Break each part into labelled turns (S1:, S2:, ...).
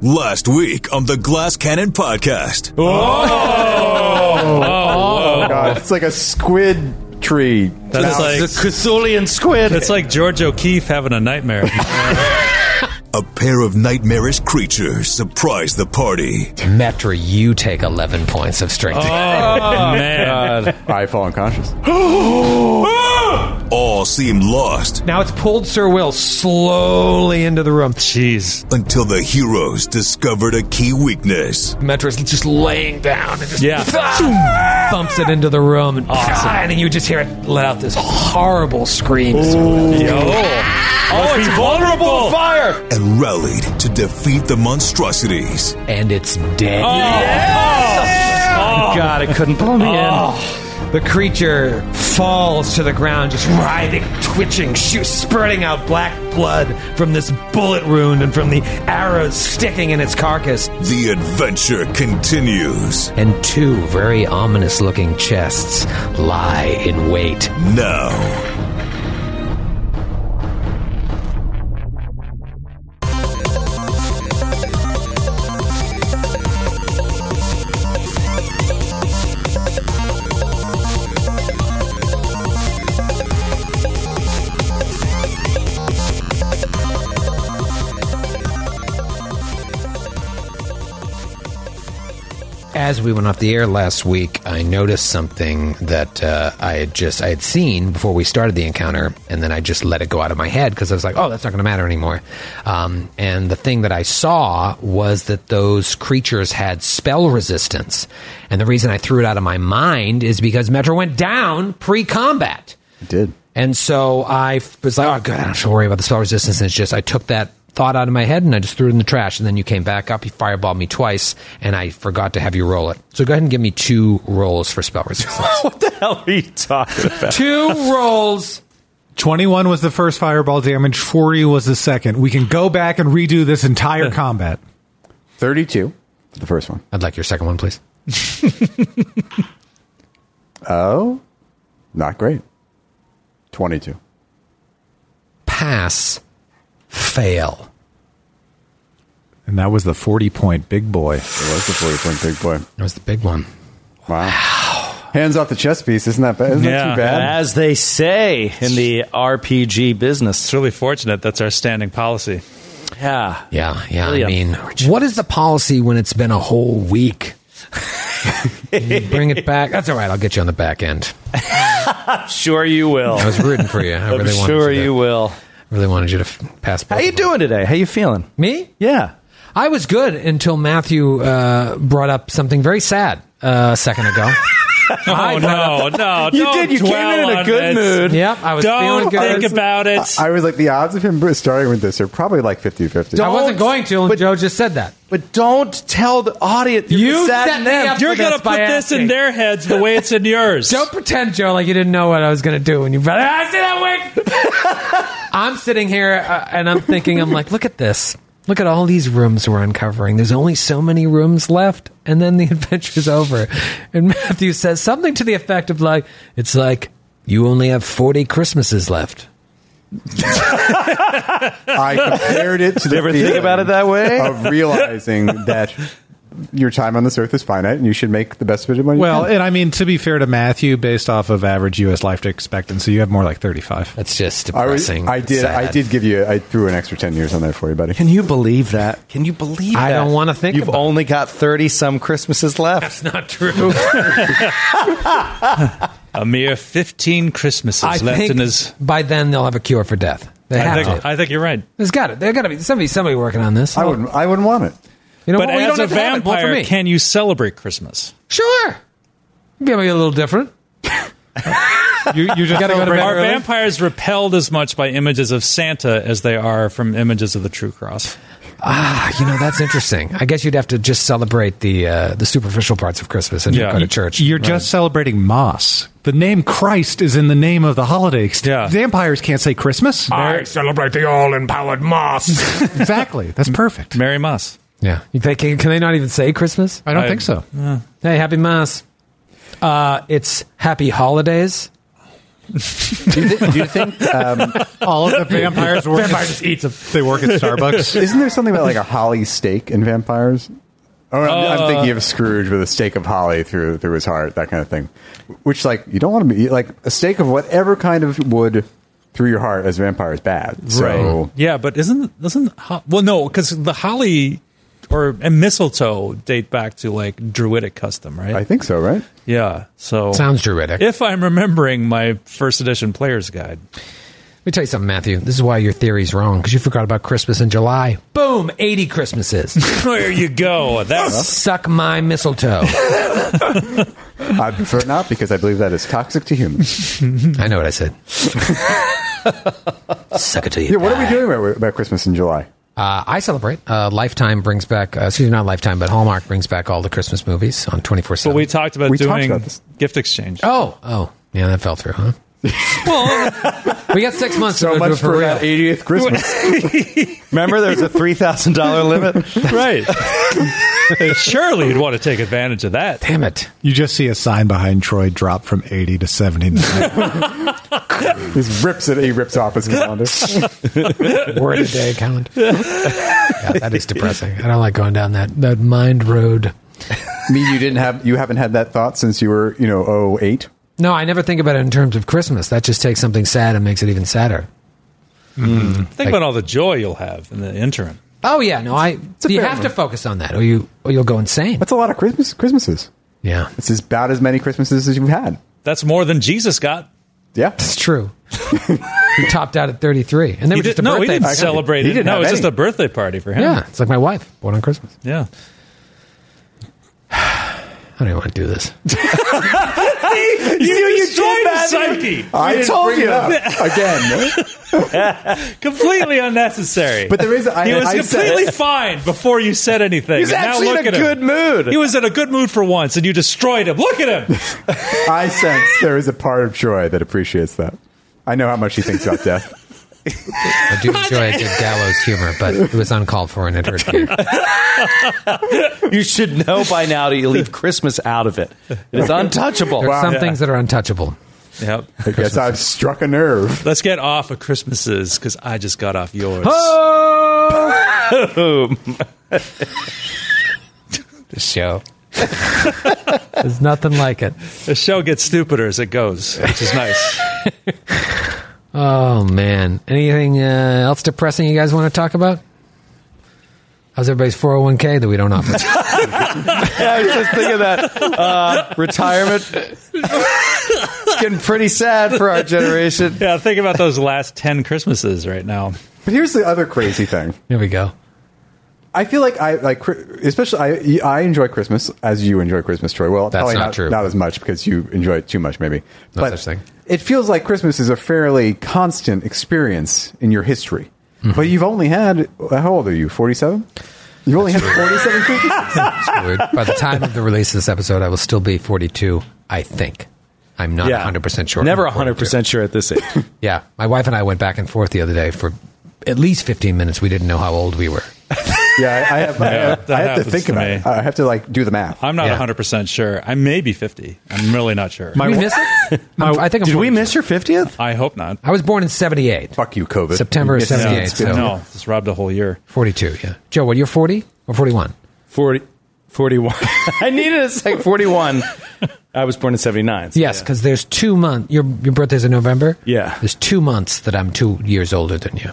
S1: Last week on the Glass Cannon podcast.
S2: God, it's like a squid tree.
S3: That's like
S2: Cthulian squid.
S3: that's like George O'Keefe having a nightmare.
S4: Oh,
S1: A pair of nightmarish creatures surprise the party.
S5: Metra, you take 11 points of strength.
S3: Oh. man,
S2: I fall unconscious.
S1: All seem lost
S6: Now it's pulled Sir Will slowly into the room.
S3: jeez,
S1: until the heroes discovered a key weakness.
S6: Metra's just laying down and just
S3: Yeah. Ah.
S6: thump, thumps it into the room. And, and then you just hear it let out this horrible scream.
S3: oh, it's vulnerable.
S6: Fire!
S1: and rallied to defeat the monstrosities.
S5: and it's dead.
S3: Oh.
S6: Oh. God, it couldn't pull me in.
S3: Oh.
S6: The creature falls to the ground, just writhing, twitching, shoot, spurting out black blood from this bullet wound and from the arrows sticking in its carcass.
S1: The adventure continues
S5: And two very ominous looking chests lie in wait.
S1: now.
S5: As we went off the air last week, I noticed something that uh, I had just I had seen before we started the encounter, and then I just let it go out of my head because I was like, "Oh, that's not going to matter anymore." Um, and the thing that I saw was that those creatures had spell resistance, and the reason I threw it out of my mind is because Metro went down pre-combat.
S2: It did.
S5: And so I f- was like, oh, God, I don't have to worry about the spell resistance. And it's just, I took that thought out of my head and I just threw it in the trash. And then you came back up, you fireballed me twice, and I forgot to have you roll it. So go ahead and give me two rolls for spell resistance.
S3: What the hell are you talking about?
S5: two rolls.
S7: 21 was the first fireball damage, 40 was the second. We can go back and redo this entire combat.
S2: 32. The first one.
S5: I'd like your second one, please.
S2: Oh, not great. 22.
S5: Pass, fail.
S7: And that was the 40 point big boy.
S2: It was the 40 point big boy.
S5: That was the big one.
S2: Wow. Hands off the chess piece. Isn't that bad? Isn't that
S3: Yeah.
S2: too bad?
S4: As they say in the RPG business.
S3: It's really fortunate that's our standing policy.
S4: Yeah.
S5: Yeah, Oh, yeah. I
S4: Really
S5: mean,
S4: unfortunate.
S5: what is the policy when it's been a whole week? You bring it back. That's all right. I'll get you on the back end.
S4: Sure you will.
S5: I was rooting for you. I
S4: I'm
S5: really wanted
S4: sure
S5: you. To,
S4: you will.
S5: Really wanted you to f- pass.
S4: How
S5: both
S4: you
S5: of them.
S4: doing today? How you feeling?
S5: Me?
S4: Yeah.
S5: I was good until Matthew uh, brought up something very sad uh, a second ago.
S3: Oh no, no,
S4: You
S3: don't
S4: did. You came
S3: dwell
S4: in in a
S3: on
S4: good
S3: this.
S4: mood.
S5: yep, I was feeling
S3: Don't
S5: good.
S3: think about it.
S2: I was like, the odds of him starting with this are probably like 50 50.
S5: I wasn't going to, and
S4: But-
S5: Joe just said that.
S4: But don't tell the audience.
S5: You
S4: sad
S5: set me
S4: them.
S5: up
S3: You're
S5: for
S3: gonna
S5: this by
S3: put this in
S5: asking.
S3: their heads the way it's in yours.
S5: Don't pretend, Joe, like you didn't know what I was going to do when you brought it. I said that wig. I'm sitting here uh, and I'm thinking, I'm like, look at this. Look at all these rooms we're uncovering. There's only so many rooms left, and then the adventure's over. And Matthew says something to the effect of like, "It's like you only have 40 Christmases left."
S2: I compared it to the
S4: ever think
S2: feeling
S4: about it that way?
S2: of realizing that your time on this earth is finite and you should make the best of it when you
S7: Well,
S2: can.
S7: and I mean, to be fair to Matthew, based off of average U.S. life expectancy, you have more like 35.
S5: That's just
S2: I, was-
S5: depressing.
S2: I did. I
S5: sad.
S2: did give you. I threw an extra ten years on there for you, buddy.
S4: Can you believe that? Can you believe
S5: I
S4: that?
S5: don't wanna think
S4: You've
S5: about it.
S4: only got 30 some Christmases left.
S5: Not true.
S3: A mere 15 Christmases
S5: I
S3: left
S5: think
S3: in his.
S5: by then they'll have a cure for death. They have
S3: I think,
S5: to.
S3: I think you're right.
S5: There's got to. There's got to be somebody. Somebody working on this.
S2: I wouldn't. I wouldn't want it.
S5: You know,
S3: But
S5: well, you don't
S3: as a
S5: have to have it. Well, for
S3: vampire,
S5: me.
S3: can you celebrate Christmas?
S5: Sure. Maybe a little different.
S7: You, you just
S5: Gotta go to
S7: celebrate-
S5: bed
S3: Are
S5: Really?
S3: vampires repelled as much by images of Santa as they are from images of the True Cross?
S5: Ah, you know that's interesting. I guess you'd have to just celebrate the uh, the superficial parts of Christmas and
S3: Yeah.
S5: go to church.
S7: You're just celebrating Moss. The name Christ is in the name of the holiday.
S3: Yeah.
S7: Vampires can't say Christmas.
S6: I celebrate the all-empowered moss.
S7: exactly. That's perfect.
S3: Mary Moss.
S5: yeah. You think- can, can they not even say Christmas?
S7: I don't
S3: I-
S7: think so.
S5: Hey, happy mass. Uh, it's happy holidays.
S2: do, you thi- do you think? Um,
S7: All of the vampires work.
S6: Vampire
S7: at-
S6: just eats them.
S7: They work at Starbucks.
S2: isn't there something about like a holly stake in vampires? Or I'm,
S5: Uh.
S2: I'm thinking of Scrooge with a stake of holly through through his heart, that kind of thing. Which like you don't want to be like a stake of whatever kind of wood through your heart as a vampire is bad. So
S3: Yeah, but isn't doesn't ho- well no because the holly or and mistletoe date back to like druidic custom, right?
S2: I think so, right?
S3: yeah. So
S5: Sounds druidic.
S3: if I'm remembering my first edition player's guide,
S5: Let me tell you something, Matthew. This is why your theory's wrong because you forgot about Christmas in July. Boom, 80 Christmases.
S3: there you go. That's
S5: Suck my mistletoe.
S2: I prefer not because I believe that is toxic to humans.
S5: I know what I said. Suck it to you.
S2: Yeah, what are we doing about, about Christmas in July?
S5: Uh, I celebrate. Uh, Lifetime brings back, uh, excuse me, not Lifetime, but Hallmark brings back all the Christmas movies on 24
S3: But
S5: 7.
S3: we talked about
S2: We talked
S3: doing
S2: about this.
S3: gift exchange.
S5: oh, oh, yeah, that fell through, huh? well, we got six months
S2: So
S5: to do
S2: much
S5: it for
S2: for
S5: real.
S2: that 80th Christmas.
S4: Remember, there's a three thousand dollar limit.
S3: right. Surely you'd want to take advantage of that.
S5: Damn it.
S7: You just see a sign behind Troy drop from 80 to 79.
S2: he rips it. He rips off his calendar.
S5: Word a day account. yeah, that is depressing. I don't like going down that, that mind road.
S2: Me, you didn't have. You haven't had that thought since you were, you know, 08?
S5: No, I never think about it in terms of Christmas. That just takes something sad and makes it even sadder.
S3: Think about all the joy you'll have in the interim.
S5: Oh yeah, no, I.
S2: a
S5: You
S2: fair
S5: have
S2: one.
S5: to focus on that, or you or you'll go insane.
S2: That's a lot of Christmas. Christmases.
S5: Yeah,
S2: It's about as many Christmases as you've had.
S3: That's more than Jesus got.
S2: Yeah.
S5: it's true. he topped out at thirty three, and they
S3: He
S5: were just a
S3: did, no, he
S5: birthday.
S3: didn't
S5: party.
S3: celebrate
S2: He
S3: it.
S2: didn't
S3: No,
S2: have
S3: it was just
S2: any.
S3: a birthday party for him.
S5: Yeah, it's like my wife born on Christmas.
S3: Yeah.
S5: I don't even want to do this.
S3: You, destroyed his psyche.
S2: I told you again.
S3: Completely unnecessary.
S2: But there is. I,
S3: he was
S2: I said-
S3: completely fine before you said anything.
S4: He's
S3: And now
S4: actually
S3: look
S4: in a
S3: at him.
S4: good mood.
S3: He was in a good mood for once, and you destroyed him. Look at him.
S2: I sense there is a part of Troy that appreciates that. I know how much he thinks about death.
S5: I do enjoy a good gallows humor, but it was uncalled for and it hurt me.
S4: You should know by now that you leave Christmas out of it. It is untouchable.
S5: There are some
S3: Yeah.
S5: things that are untouchable.
S3: yep.
S2: I guess I've struck a nerve.
S3: Let's get off of Christmases because I just got off yours.
S5: This show. There's nothing like it.
S3: The show gets stupider as it goes, which is nice.
S5: Oh man. Anything uh, else depressing you guys want to talk about? How's everybody's 401k that we don't offer?
S4: Yeah, I was just thinking that uh, retirement. It's getting pretty sad for our generation.
S3: Yeah, think about those last 10 Christmases right now.
S2: But here's the other crazy thing.
S5: Here we go.
S2: I feel like I like Chri- especially I I enjoy Christmas as you enjoy Christmas, Troy. Well,
S5: That's
S2: probably
S5: not true.
S2: Not as much because you enjoy it too much, maybe.
S5: No such thing.
S2: It feels like Christmas is a fairly constant experience in your history,
S5: Mm-hmm.
S2: but you've only had how old are you? Forty seven. You've only had forty seven Christmases.
S5: Weird. By the time of the release of this episode, I will still be 42, I think. I'm not 100% sure.
S4: Never
S5: I'm 42.
S4: 100% sure at this age.
S5: Yeah. My wife and I went back and forth the other day for at least 15 minutes. We didn't know how old we were.
S2: yeah, I, I have. I have,
S3: that
S2: I have to
S3: happens
S2: think
S3: to
S2: about.
S3: me.
S2: It. I have to like do the math.
S3: I'm not
S5: Yeah.
S3: 100% sure. I may be 50. I'm really not sure.
S5: Did we miss it? I'm- I think I'm
S4: Did we
S5: 42.
S4: miss your 50th?
S3: I hope not.
S5: I was born in 78.
S2: Fuck you, COVID.
S5: September
S2: You missed it.
S5: 78,
S2: It's been-
S5: so-
S3: No, just robbed a whole year.
S5: 42, yeah. Joe, what, you're 40 or 41?
S4: 40, 41. I needed a sec. 41. I was born in 79. so
S5: Yes, because there's two months. Your, your birthday's in November?
S4: Yeah.
S5: There's two months that I'm two years older than you.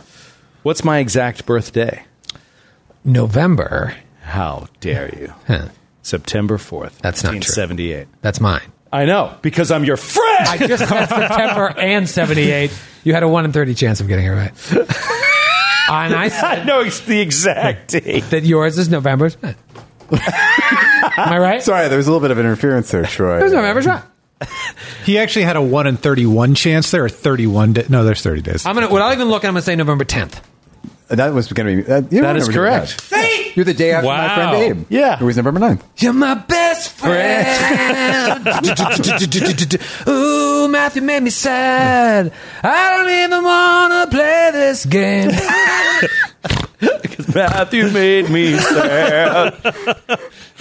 S4: What's my exact birthday?
S5: November.
S4: How dare you?
S5: Huh.
S4: September 4th.
S5: That's not true.
S4: 1978.
S5: That's mine.
S4: I know, because I'm your friend.
S5: I just said September and 78. You had a 1 in 30 chance of getting it right. and I said
S4: I know it's the exact date.
S5: that yours is November. Am I right?
S2: Sorry, there was a little bit of interference there, Troy.
S5: It was November. right.
S7: he actually had a 1 in 31 chance. There are 31 days. No, there's 30 days.
S5: I'm gonna. What I'll even look at. I'm gonna say November 10th.
S2: That was going to be. That, you
S4: That
S2: were
S4: is
S2: November
S4: correct.
S2: 9th. You're the day after my
S3: Wow.
S2: friend Abe.
S4: Yeah.
S2: It was November 9th.
S5: You're my best friend. Ooh, Matthew made me sad. I don't even wanna play this game.
S4: Because Matthew made me sad.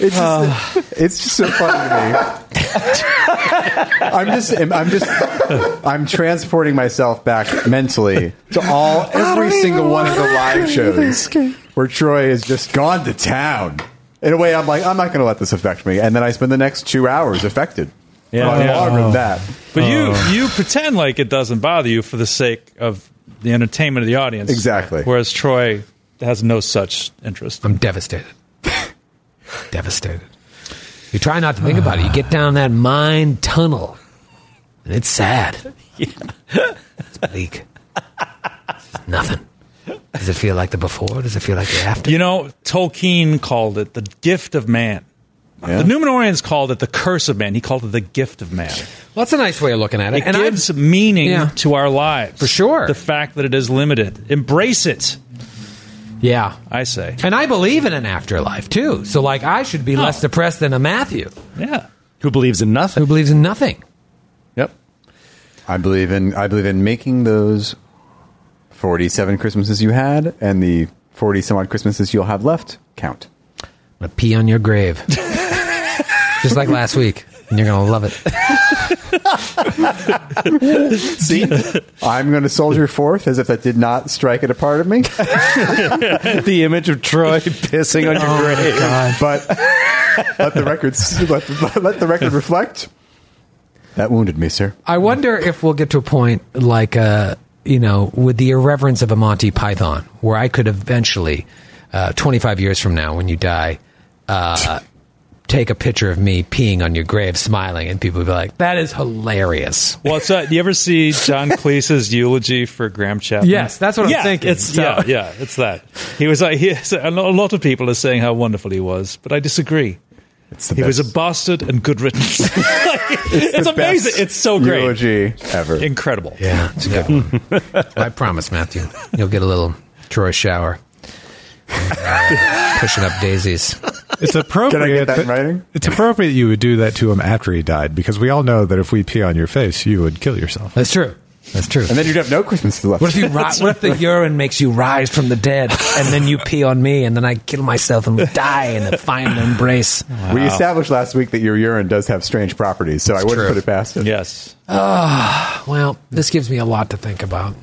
S2: It's just,
S4: Uh.
S2: it's just so funny to me. I'm just I'm just I'm transporting myself back mentally to all every single one of the live shows where Troy has just gone to town. In a way, I'm like I'm not going to let this affect me, and then I spend the next two hours affected. Yeah,
S3: Yeah.
S2: longer than that.
S3: But you you pretend like it doesn't bother you for the sake of the entertainment of the audience.
S2: Exactly.
S3: Whereas Troy has no such interest.
S5: I'm devastated. devastated. You try not to think about it. You get down that mind tunnel, and it's sad. It's bleak. It's just nothing. Does it feel like the before? Does it feel like the after?
S3: You know, Tolkien called it the gift of man. The Numenorians called it the curse of man. He called it the gift of man.
S5: Well, that's a nice way of looking at it.
S3: It gives meaning
S5: Yeah.
S3: to our lives.
S5: For sure.
S3: The fact that it is limited. Embrace it,
S5: yeah.
S3: I say.
S5: And I believe in an afterlife too. So, like, I should be less depressed than a Matthew
S3: Yeah.
S4: Who believes in nothing?
S5: who believes in nothing.
S2: Yep. I believe in I believe in making those 47 Christmases you had and the 40 some odd Christmases you'll have left count.
S5: I'm gonna pee on your grave, just like last week, and you're gonna love it.
S2: See, I'm going to soldier forth as if that did not strike at a part of me.
S4: the image of Troy pissing on your grave.
S2: Oh, But let the record let the, let the record reflect. That wounded me, sir.
S5: I wonder if we'll get to a point like, uh, you know, with the irreverence of a Monty Python, where I could eventually, uh, 25 years from now, when you die, uh, take a picture of me peeing on your grave, smiling, and people would be like, that is hilarious.
S3: Well, it's, uh, you ever see John Cleese's eulogy for Graham Chapman?
S5: Yes, that's what I'm
S3: yeah,
S5: thinking.
S3: It's,
S5: So-
S3: Yeah, yeah, it's that. He was like, he, so a lo- a lot of people are saying how wonderful he was, but I disagree.
S2: It's the
S3: He was
S2: best,
S3: a bastard and good riddance. Like, it's
S2: the
S3: amazing.
S2: best
S3: It's so great.
S2: eulogy ever.
S3: Incredible.
S5: Yeah, it's a good one. I promise, Matthew, you'll get a little Troy shower. Uh, pushing up daisies.
S7: It's appropriate.
S2: Can I get that in
S7: that-
S2: writing?
S7: It's appropriate you would do that to him after he died because we all know that if we pee on your face, you would kill yourself.
S5: That's true. That's true.
S2: and then you'd have no Christmas left.
S5: What if you ri- what if the urine makes you rise from the dead, and then you pee on me, and then I kill myself, and we die in a final embrace?
S2: We established last week that your urine does have strange properties, so I wouldn't
S5: true.
S2: put it past it.
S3: Yes.
S5: Well, this gives me a lot to think about.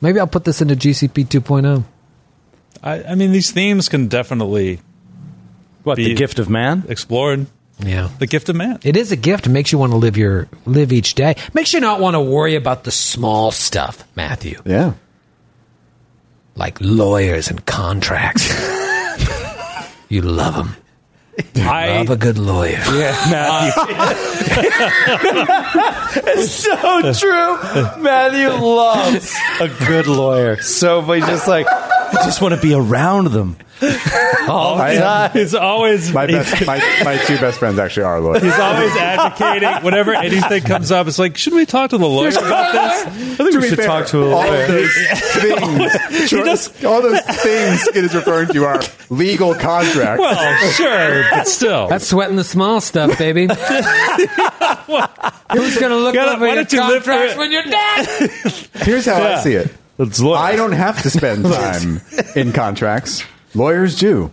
S5: Maybe I'll put this into GCP 2.0.
S3: I, I mean, these themes can definitely
S4: What, the
S3: Be-
S4: gift of man?
S3: explored.
S5: Yeah,
S3: The gift of man.
S5: it is a gift. It makes you want to live your live each day. Makes you not want to worry about the small stuff, Matthew,
S2: Yeah.
S5: like lawyers and contracts. you love them.
S3: I,
S5: Love a good lawyer.
S4: so true. Matthew loves a good lawyer. So, but he's just like, I just want to be around them. All the
S2: I uh,
S4: time.
S2: am-
S3: it's always
S2: My best, my, my two best friends actually are lawyers.
S3: He's always advocating whenever anything comes up. It's like, should we talk to the lawyer about this?
S4: I think we should talk to a
S2: all of
S4: lawyer.
S2: those things. Troy- all those things it is referring to are legal contracts.
S3: Well, sure, but still.
S5: That's sweating the small stuff, baby. Who's gonna look
S3: Gotta-
S5: over
S3: why
S5: your
S3: don't you live for
S5: contracts
S3: it?
S5: when you're dead?
S2: Here's how I
S3: Yeah.
S2: see it.
S3: That's lawyers.
S2: I don't have to spend time in contracts. Lawyers do,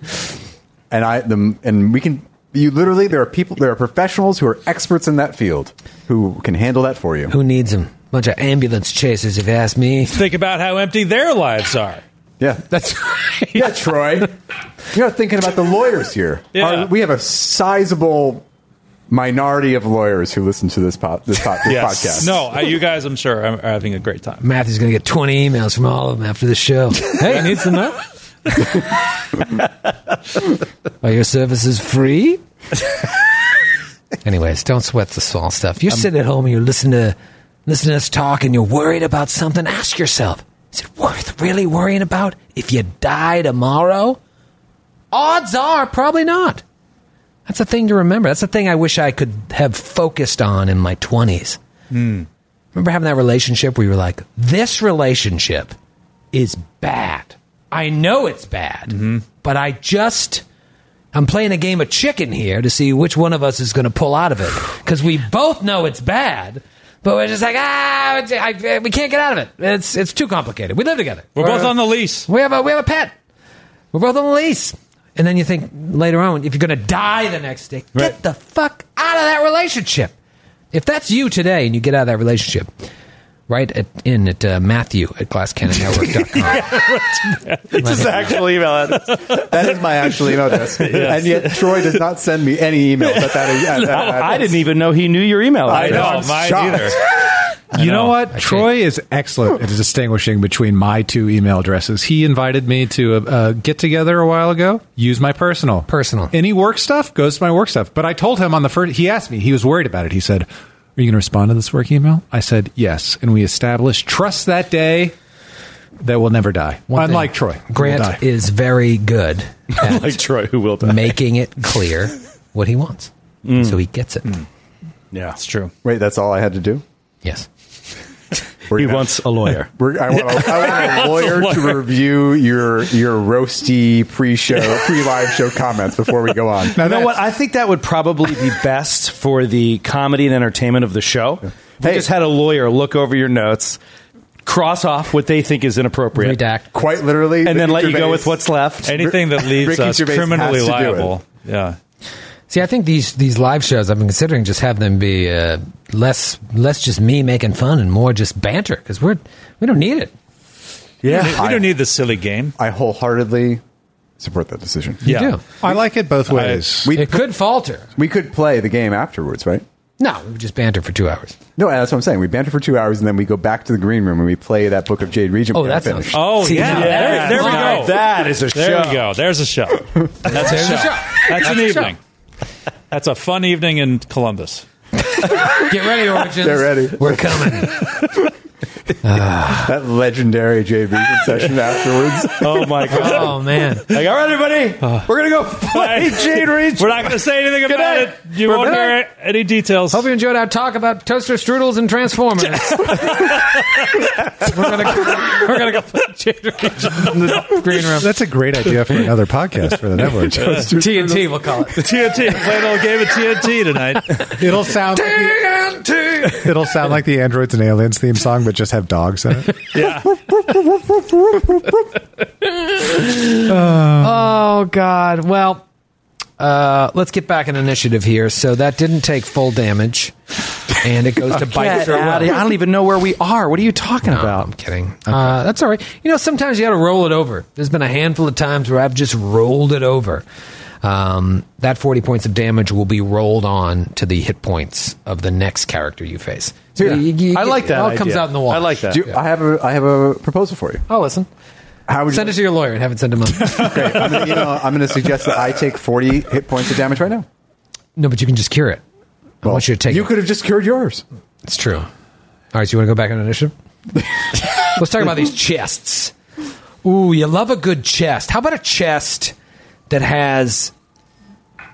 S2: and I the, and we can. You literally, there are people, there are professionals who are experts in that field who can handle that for you.
S5: Who needs them? Bunch of ambulance chasers, if you ask me.
S3: think about how empty their lives are.
S2: Yeah,
S5: That's
S2: yeah, Troy. You're not thinking about the lawyers here.
S3: Yeah.
S2: Our- we have a sizable minority of lawyers who listen to this, po- this, po- this podcast.
S3: No, I, you guys, I'm sure, are, are having a great time.
S5: Matthew's gonna get twenty emails from all of them after the show. Hey, needs to know. Are your services free? Anyways, don't sweat the small stuff. You're sitting at home and you listen to listen to us talk, and you're worried about something. Ask yourself: Is it worth really worrying about? If you die tomorrow, odds are probably not. That's a thing to remember. That's a thing I wish I could have focused on in my twenties. Remember having that relationship where you were like, this relationship is bad. I know it's bad,
S3: Mm-hmm.
S5: but I just, I'm playing a game of chicken here to see which one of us is going to pull out of it because we both know it's bad. But we're just like, ah, it's- I, we can't get out of it. It's it's too complicated. We live together.
S3: We're both on the lease.
S5: We have a we have a pet. We're both on the lease. And then you think later on, if you're going to die the next day, get the fuck out of that relationship. If that's you today and you get out of that relationship, right at, in at uh, Matthew at glasscannonnetwork.com.
S4: This is actual email address.
S2: That is my actual email address. And yet Troy does not send me any emails at that. At that address.
S4: I didn't e- even know he knew your email
S3: I
S4: address.
S3: know,
S2: I'm
S3: mine
S2: shocked.
S3: either.
S7: You know,
S3: know.
S7: what? Troy is excellent at distinguishing between my two email addresses. He invited me to a, a get together a while ago. Use my personal.
S5: Personal.
S7: Any work stuff goes to my work stuff. But I told him on the first, he asked me, he was worried about it. He said, Are you going to respond to this work email? I said, Yes. And we established trust that day that will never die.
S5: One thing,
S7: Unlike Troy. who will die.
S5: Grant is very good at
S4: Like Troy, who will die.
S5: making it clear what he wants. So he gets it.
S4: Yeah,
S3: It's true.
S2: Wait, that's all I had to do.
S5: Yes.
S4: he wants a lawyer.
S2: We're, I, want a, I want a lawyer to review your your roasty pre-show, pre-live show comments before we go on.
S4: You know what? I think that would probably be best for the comedy and entertainment of the show. If We
S2: Hey.
S4: just had a lawyer look over your notes, cross off what they think is inappropriate,
S5: Redact.
S2: Quite literally,
S4: and
S2: Ricky
S4: then let you go
S2: Gervais-
S4: with what's left.
S3: Anything that leaves
S2: Ricky
S3: us
S2: Gervais has
S3: criminally
S2: to do it.
S3: liable. Yeah.
S5: See, I think these these live shows I've been considering just have them be uh, less less just me making fun and more just banter because we're we don't need it.
S3: Yeah. We don't, need this silly game.
S2: I wholeheartedly support that decision.
S5: You
S3: Yeah.
S5: do.
S7: I like it both ways.
S2: We
S5: It could falter.
S2: we could play the game afterwards, right?
S5: No, we just banter for two hours.
S2: No, that's what I'm saying. We banter for two hours, and then we go back to the green room and we play that book of Jade Regent.
S5: Oh,
S2: we
S5: that
S2: haven't
S5: sounds
S2: finished.
S3: Oh,
S5: See,
S3: yeah.
S5: now
S3: There,
S5: that's
S3: there we
S5: fine.
S3: go.
S4: that is a
S3: there
S4: show.
S3: we go. There's a show. That's
S5: There's
S3: a
S5: a
S3: show.
S5: show.
S3: That's an
S5: a show.
S3: evening. That's a fun evening in Columbus.
S5: Get ready, Origins.
S2: Get ready.
S5: We're coming.
S2: That legendary Jade Regent session afterwards.
S4: Oh my god!
S5: oh man.
S4: Like, all right, everybody, we're gonna go play Jade Reach.
S3: We're not going to say anything
S4: Good
S3: about
S4: night.
S3: it. You
S4: We're
S3: won't
S4: back.
S3: hear it- any details.
S5: Hope you enjoyed our talk about toaster strudels and transformers. we're gonna we're gonna go put Ginger in the green room.
S7: That's a great idea for another podcast for the network.
S5: TNT, we'll call it.
S3: TNT. Play a little game of TNT tonight.
S7: It'll sound like the, it'll sound like the androids and aliens theme song, but just have dogs in it.
S5: Oh God. Well, uh, let's get back an initiative here. So that didn't take full damage, and it goes to bite
S4: Get
S5: through.
S4: out of here. I don't even know where we are. What are you talking
S5: No,
S4: about?
S5: I'm kidding. Uh, that's all right. You know, sometimes you got to roll it over. There's been a handful of times where I've just rolled it over. Um, that 40 points of damage will be rolled on to the hit points of the next character you face. So you- you-
S4: I like
S5: it
S4: that.
S5: all
S4: idea.
S5: comes out in the wash.
S4: I like that.
S2: Do you- I have a I have a proposal for you.
S5: Oh, listen.
S2: How would you
S5: Send it to your lawyer and have it sent to mine.
S2: Great. I'm gonna, email- I'm gonna suggest that I take 40 hit points of damage right now.
S5: no, but you can just cure it. I
S2: Well,
S5: want you to take
S2: You
S5: it.
S2: could have just cured yours.
S5: It's true. All right, so you want to go back on initiative? Let's talk about these chests. Ooh, you love a good chest. How about a chest that has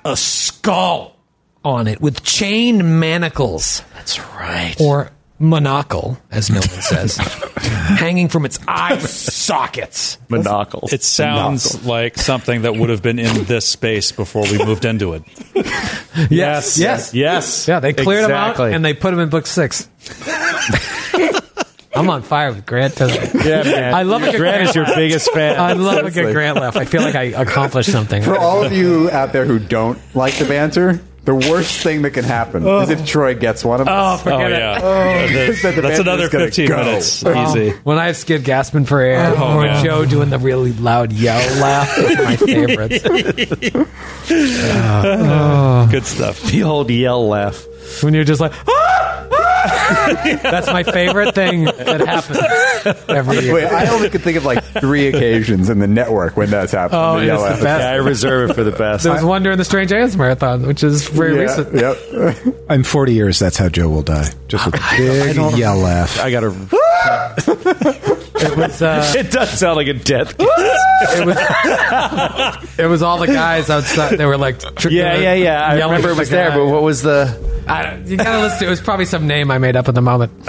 S5: a skull on it with chained manacles? That's right. Or monocle, as Milton says, hanging from its eye sockets.
S4: Monocles.
S3: It sounds like something that would have been in this space before we moved into it.
S4: yes,
S5: yes.
S4: yes.
S5: Yeah, they cleared them
S4: Exactly.
S5: out and they put them in book six. I'm on fire with Grant. tonight.
S4: Yeah, man.
S5: I love a good
S4: Grant is your
S5: laugh.
S4: biggest fan.
S5: I love a good Grant laugh. I feel like I accomplished something.
S2: For all of you out there who don't like the banter, the worst thing that can happen is if Troy gets one of us.
S3: Oh, yeah. That's-
S2: That the
S3: That's
S2: banter's
S3: another
S2: gonna
S3: 15
S2: go.
S3: minutes.
S5: Um,
S3: Easy.
S5: When I have Skid gasping for air,
S3: Oh,
S5: or
S3: yeah.
S5: Joe doing the really loud yell laugh, that's my favorites.
S3: Good stuff.
S4: the old yell laugh.
S5: when you're just like, "Ah! Ah!" that's my favorite thing that happens every year.
S2: Wait, I only could think of like three occasions in the network when that's happened.
S5: Oh,
S2: The
S5: it is
S2: yell
S5: the
S2: at us.
S5: best.
S4: Yeah, I reserve it for the best.
S5: there was one during the Strange Aliens marathon, which is very recent.
S2: Yeah, yep.
S7: In 40 years, that's how Joe will die. Just with a big yell laugh.
S4: I got to.
S5: It was, uh,
S4: It does sound like a death.
S5: it was, it was all the guys outside. They were like, tr-
S4: Yeah,
S5: they were
S4: yeah, yeah. I
S5: yelling
S4: remember
S5: at
S4: it
S5: the
S4: was there,
S5: guy.
S4: but what was the?
S5: I don't, you gotta listen. to It was probably some name I made up at the moment,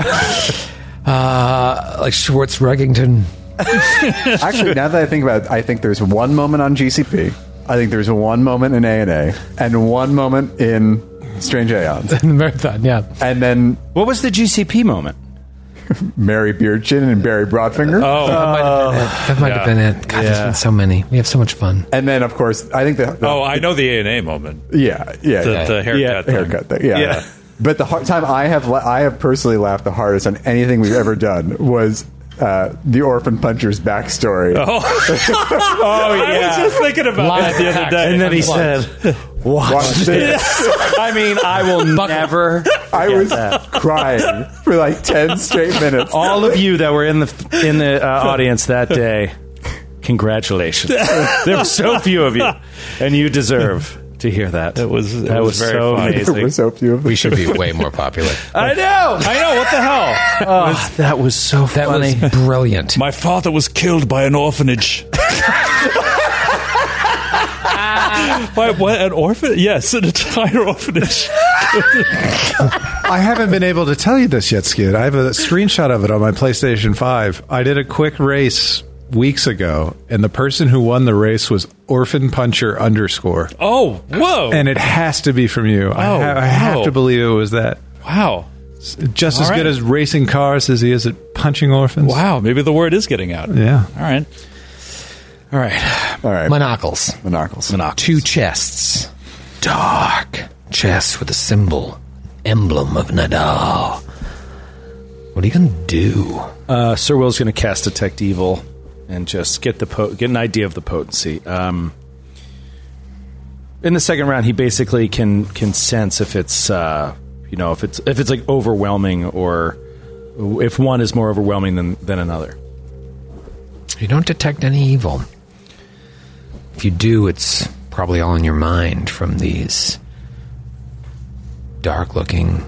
S5: uh, like Schwartz Ruggington.
S2: Actually, now that I think about it, I think there's one moment on GCP. I think there's one moment in A and A, and one moment in Strange Aeons.
S5: the marathon. Yeah.
S2: And then
S4: What was the GCP moment?
S2: Mary Beardchin and Barry Broadfinger.
S3: Oh,
S5: That might have been it. God, there's been so many. We have so much fun.
S2: And then, of course, I think the, the
S3: oh, I know the A and A moment.
S2: yeah, yeah,
S3: The,
S2: yeah.
S3: the haircut. thing.
S2: haircut thing. Yeah.
S4: Yeah.
S2: But the hard time I have la- I have personally laughed the hardest on anything we've ever done was uh, the orphan puncher's backstory.
S3: Oh, oh yeah. I was just thinking about that the other day.
S4: And then he said,
S2: Watch this.
S4: I mean, I will never.
S2: I was crying for like ten straight minutes.
S4: All of you that were in the in the uh, audience that day, congratulations. there were so few of you, and you deserve to hear that. It
S3: was- it
S4: that was,
S3: was very
S4: so
S3: funny.
S2: There
S4: amazing.
S2: were so few of them.
S5: We should be way more popular.
S4: I know.
S3: I know what the hell.
S4: Oh, that was so
S5: That
S4: funny.
S5: was brilliant.
S3: My father was killed by an orphanage. by what? An orphan? Yes, an entire orphanage.
S7: I haven't been able to tell you this yet, Skid. I have a screenshot of it on my PlayStation 5. I did a quick race weeks ago, and the person who won the race was Orphan Puncher underscore.
S3: Oh, whoa!
S7: And it has to be from you. I,
S3: Oh,
S7: ha- I have
S3: wow.
S7: to believe it was that.
S3: wow,
S7: Just as
S3: All
S7: good
S3: right.
S7: as racing cars as he is at punching orphans.
S3: wow. Maybe the word is getting out.
S7: Yeah.
S3: All right.
S4: All right.
S2: All right,
S5: Monocles.
S2: monocles.
S5: Two chests. Dark chests with a symbol, emblem of Nadal. What are you gonna do?
S4: Uh, Sir Will's going to cast Detect Evil and just get the po- get an idea of the potency. Um, in the second round, he basically can can sense if it's uh, you know if it's if it's like overwhelming or if one is more overwhelming than than another.
S5: You don't detect any evil. If you do, it's probably all in your mind from these dark looking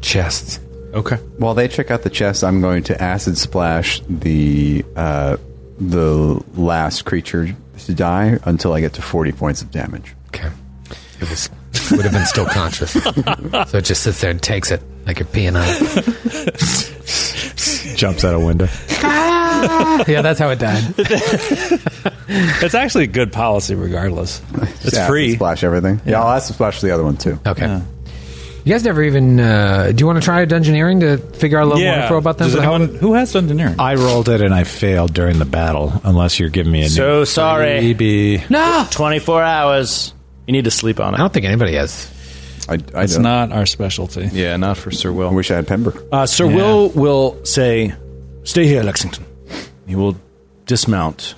S5: chests.
S4: Okay.
S2: While they check out the chest, I'm going to acid splash the uh, the last creature to die until I get to 40 points of damage.
S5: Okay. It was would have been still conscious. so it just sits there and takes it like you're peeing on
S7: Jumps out a window.
S5: it. yeah, that's how it died.
S3: It's actually a good policy, regardless. It's
S2: Just acid
S3: free.
S2: Splash everything. Yeah, I'll acid splash the other one too.
S5: Okay. You guys never even. Uh, do you want to try dungeoneering to figure out a little more
S3: Yeah.
S5: info about them?
S3: Does anyone- who has engineering?
S7: I rolled it and I failed during the battle, unless you're giving me a
S4: So sorry.
S7: Maybe.
S5: no!
S4: Twenty four hours. You need to sleep on
S5: I
S4: it.
S5: don't think anybody has.
S2: I, I
S3: It's
S2: don't.
S3: not our specialty.
S4: Yeah, not for Sir
S2: I
S4: Will.
S2: wish I had Pembroke.
S4: Uh, Sir Will will say, "Stay here, Lexington." He will dismount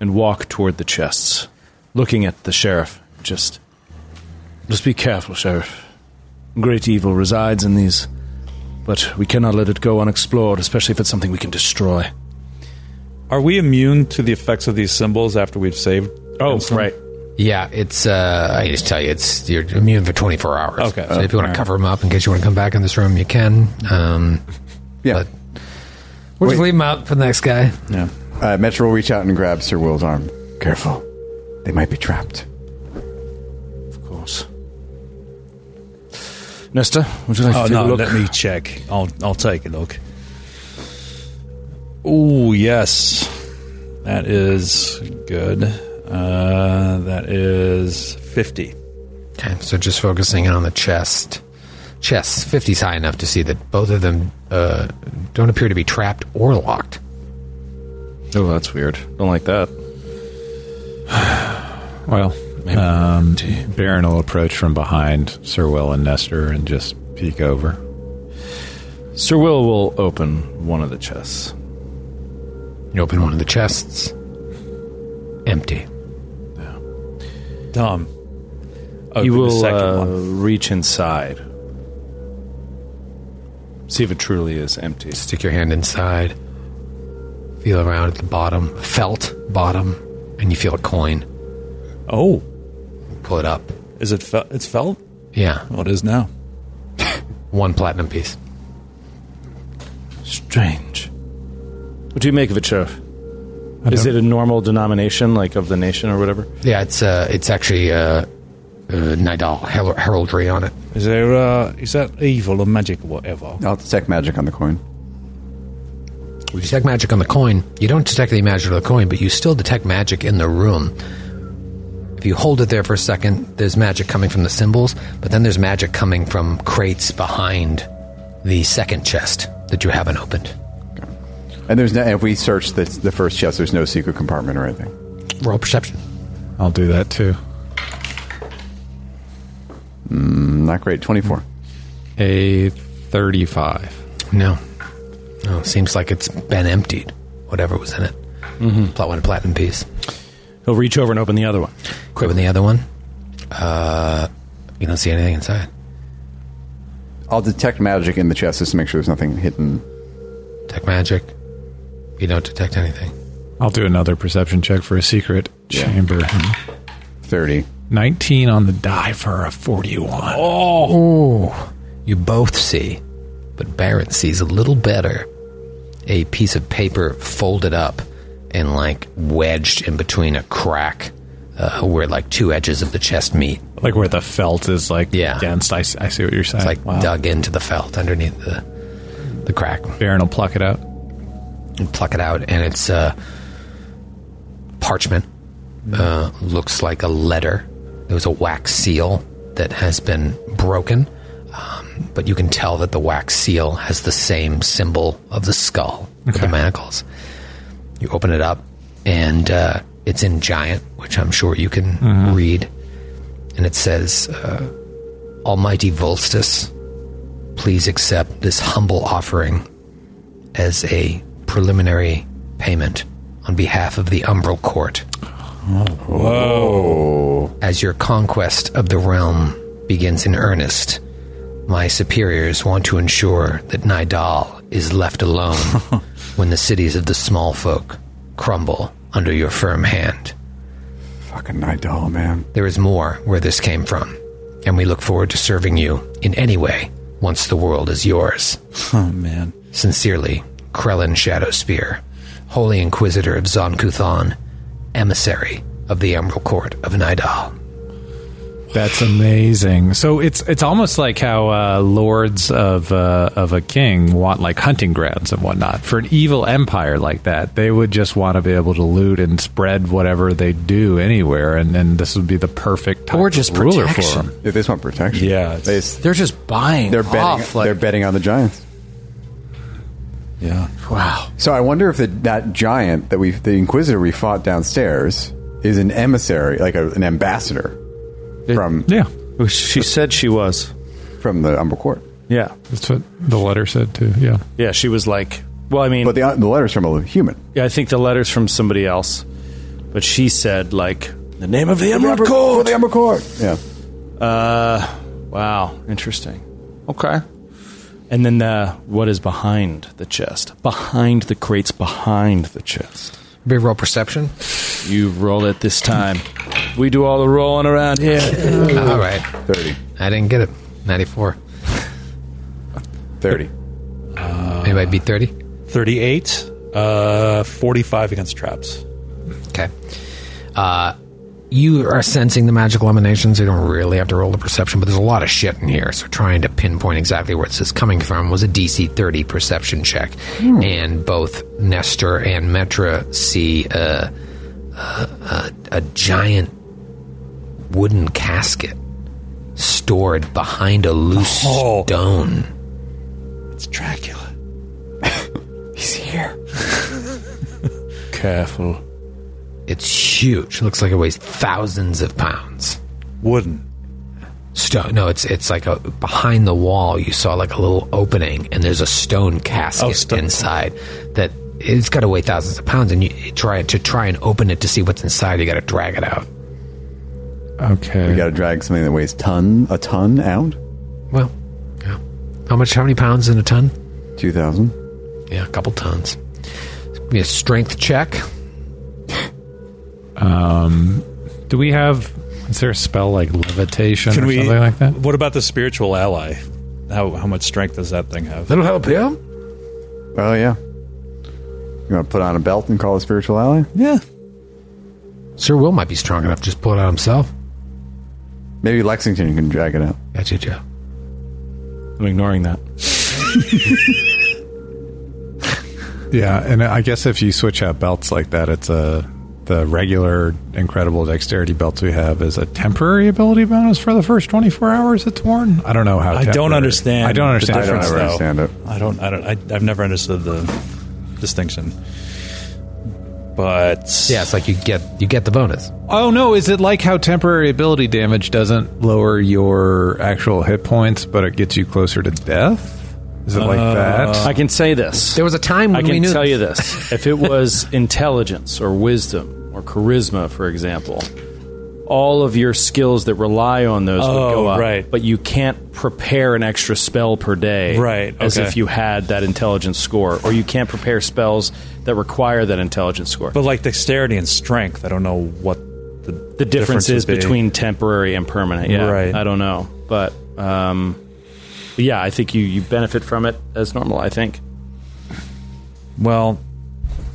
S4: and walk toward the chests, looking at the sheriff. Just, just be careful, sheriff. Great evil resides in these, but we cannot let it go unexplored, especially if it's something we can destroy.
S3: Are we immune to the effects of these symbols after we've saved? against them?
S5: Yeah, it's. Uh, I just tell you, it's you're immune for 24 hours.
S3: Okay.
S5: So if you want
S3: Alright.
S5: to cover them up in case you want to come back in this room, you can. Um,
S2: Yeah.
S5: But- we'll just
S2: Wait.
S5: leave them out for the next guy.
S3: Yeah.
S2: Uh, Metro will reach out and grab Sir Will's arm. Careful. They might be trapped.
S4: Of course. Nesta, would you like
S3: Oh
S4: to take
S3: no,
S4: a look?
S3: let me check. I'll I'll take a look. Oh yes, that is good. Uh, that is fifty.
S5: Okay, so just focusing on the chest. Chests, 50's high enough to see that both of them uh, don't appear to be trapped or locked.
S4: oh, that's weird. Don't like that.
S7: Well, um, Baron will approach from behind Sir Will and Nestor and just peek over.
S4: Sir Will will open one of the chests.
S5: You open one of the chests. Empty.
S3: Dumb. Open
S4: You
S3: the
S4: will
S3: second
S4: uh,
S3: one.
S4: reach inside. See if it truly is empty.
S5: Stick your hand inside. Feel around at the bottom, felt bottom, and you feel a coin.
S3: Oh,
S5: Pull it up.
S3: is it? Fel- it's felt.
S5: Yeah,
S3: Well, it is now.
S5: one platinum piece.
S4: Strange. What do you make of it, Sheriff? Is it a normal denomination, like of the nation or whatever?
S5: Yeah, it's uh, it's actually uh, uh, Nidal her- heraldry on it.
S3: Is there? Uh, is that evil or magic or whatever?
S2: I'll detect magic on the coin.
S5: You detect magic on the coin. You don't detect the magic on the coin, but you still detect magic in the room. If you hold it there for a second, there's magic coming from the symbols, but then there's magic coming from crates behind the second chest that you haven't opened.
S2: And there's no, if we search the, the first chest, there's no secret compartment or anything.
S5: Roll perception.
S7: I'll do that too.
S2: Not great. 24.
S7: A 35.
S5: No. No, it seems like it's been emptied, whatever was in it. Mm-hmm. Plot one platinum piece.
S4: He'll reach over and open the other one.
S5: Quick with the other one. Uh, you don't see anything inside.
S2: I'll detect magic in the chest just to make sure there's nothing hidden.
S5: Detect magic. You don't detect anything.
S7: I'll do another perception check for a secret chamber.
S2: 30.
S7: 19 on the die for a 41.
S5: Oh. You both see, but Barrett sees a little better. A piece of paper folded up and like wedged in between a crack uh, where like two edges of the chest meet.
S7: Like where the felt is like
S5: Yeah.
S7: dense. I, I see what you're saying.
S5: It's like dug into the felt underneath the the crack.
S7: Baron will pluck it out.
S5: and pluck it out, and it's uh, parchment. Uh, looks like a letter. There was a wax seal that has been broken, um, but you can tell that the wax seal has the same symbol of the skull, with the manacles. You open it up, and uh, it's in giant, which I'm sure you can read. And it says, uh, Almighty Volstis, please accept this humble offering as a preliminary payment on behalf of the Umbral Court. Whoa. As your conquest of the realm begins in earnest, my superiors want to ensure that Nidal is left alone when the cities of the small folk crumble under your firm hand.
S2: Fucking night doll, man.
S5: There is more where this came from, and we look forward to serving you in any way once the world is yours.
S4: Oh, man.
S5: Sincerely, Krellin Shadowspear, Holy Inquisitor of Zonkuthon, emissary of the Emerald Court of Nidal.
S7: That's amazing. So it's it's almost like how uh, lords of uh, of a king want like hunting grounds and whatnot for an evil empire like that. They would just want to be able to loot and spread whatever they do anywhere, and then this would be the perfect type
S4: Or just
S7: of ruler
S4: protection.
S7: for them.
S2: If this want protection.
S4: Yeah,
S2: They,
S4: it's- they're just buying.
S2: they're betting.
S4: off, like-
S2: they're betting on the giants.
S4: yeah. Wow.
S2: So I wonder if the, that giant that we, the Inquisitor we fought downstairs, is an emissary, like a, an ambassador from
S7: Yeah,
S4: She said she was.
S2: from the Umbral Court.
S4: Yeah.
S7: that's what the letter said too. Yeah,
S4: Yeah, she was like. Well, I mean,
S2: But the, the letter's from a human.
S4: yeah, I think the letter's from somebody else, but she said like the name of the Emerald
S2: Umbral-
S4: Court.
S2: for the Umbral Court. Yeah.
S4: Uh, wow, interesting. Okay. And then the what is behind the chest? Behind the crates, behind the chest.
S5: Reroll perception.
S4: You roll it this time. We do all the rolling around here.
S5: All right,
S2: 30.
S5: I didn't get it. Ninety-four.
S2: 30.
S4: Uh,
S5: Anybody beat thirty?
S3: 38, uh, 45 against traps.
S5: Okay. Uh, you are sensing the magical emanations. You don't really have to roll the perception, but there's a lot of shit in here. So trying to pinpoint exactly where this is coming from was a DC 30 perception check.
S3: Hmm.
S5: And both Nestor and Metra see a, a, a, a giant wooden casket stored behind a loose
S3: Oh.
S5: stone.
S3: It's Dracula.
S4: Careful.
S5: It's huge. Looks like it weighs thousands of pounds.
S3: Wooden.
S5: stone. No, it's it's like a behind the wall. You saw like a little opening, and there's a stone casket
S3: Oh, stone.
S5: inside that it's got to weigh thousands of pounds. And you try to try and open it to see what's inside. You got to drag it out.
S7: okay.
S2: You got to drag something that weighs ton a ton out.
S5: Well, yeah. How much? How many pounds in a ton?
S2: Two thousand.
S5: Yeah, a couple tons. Be a strength check.
S7: Do we have? Is there a spell like levitation
S3: Can
S7: or
S3: we?
S7: something like that?
S3: What about the spiritual ally? How, how much strength does that thing have?
S5: That'll help. Yeah.
S2: Oh yeah. You want to put on a belt and call a spiritual ally?
S3: Yeah.
S5: Sir Will might be strong enough. to Just pull it out himself.
S2: Maybe Lexington can drag it out.
S5: Got you, Joe.
S4: I'm ignoring that.
S7: Yeah, and I guess if you switch out belts like that, it's a the regular incredible dexterity belts we have is a temporary ability bonus for the first 24 hours it's worn. I don't know how.
S3: I don't
S7: temporary-
S3: understand.
S7: I don't understand.
S3: The
S7: I don't
S3: difference,
S7: ever
S3: though.
S2: understand it.
S3: I don't. I don't. I, I've never understood the distinction. But
S5: Yeah, it's like you get you get the bonus.
S7: Oh no, is it like how temporary ability damage doesn't lower your actual hit points, but it gets you closer to death? Is it like that?
S3: Uh,
S4: I can say this.
S5: There was a time
S4: I
S5: when we
S4: can
S5: knew
S4: tell
S5: this.
S4: you this. If it was intelligence or wisdom or charisma, for example, all of your skills that rely on those would go
S3: Oh,
S4: up.
S3: right.
S4: But you can't prepare an extra spell per day
S3: Right,
S4: as
S3: okay.
S4: if you had that intelligence score. Or you can't prepare spells that require that intelligence score.
S3: but like dexterity and strength, I don't know what the
S4: the difference, is
S3: would be.
S4: between temporary and permanent. Yeah.
S3: Right.
S4: I don't know. But um, yeah, I think you, you benefit from it as normal, I think.
S3: Well,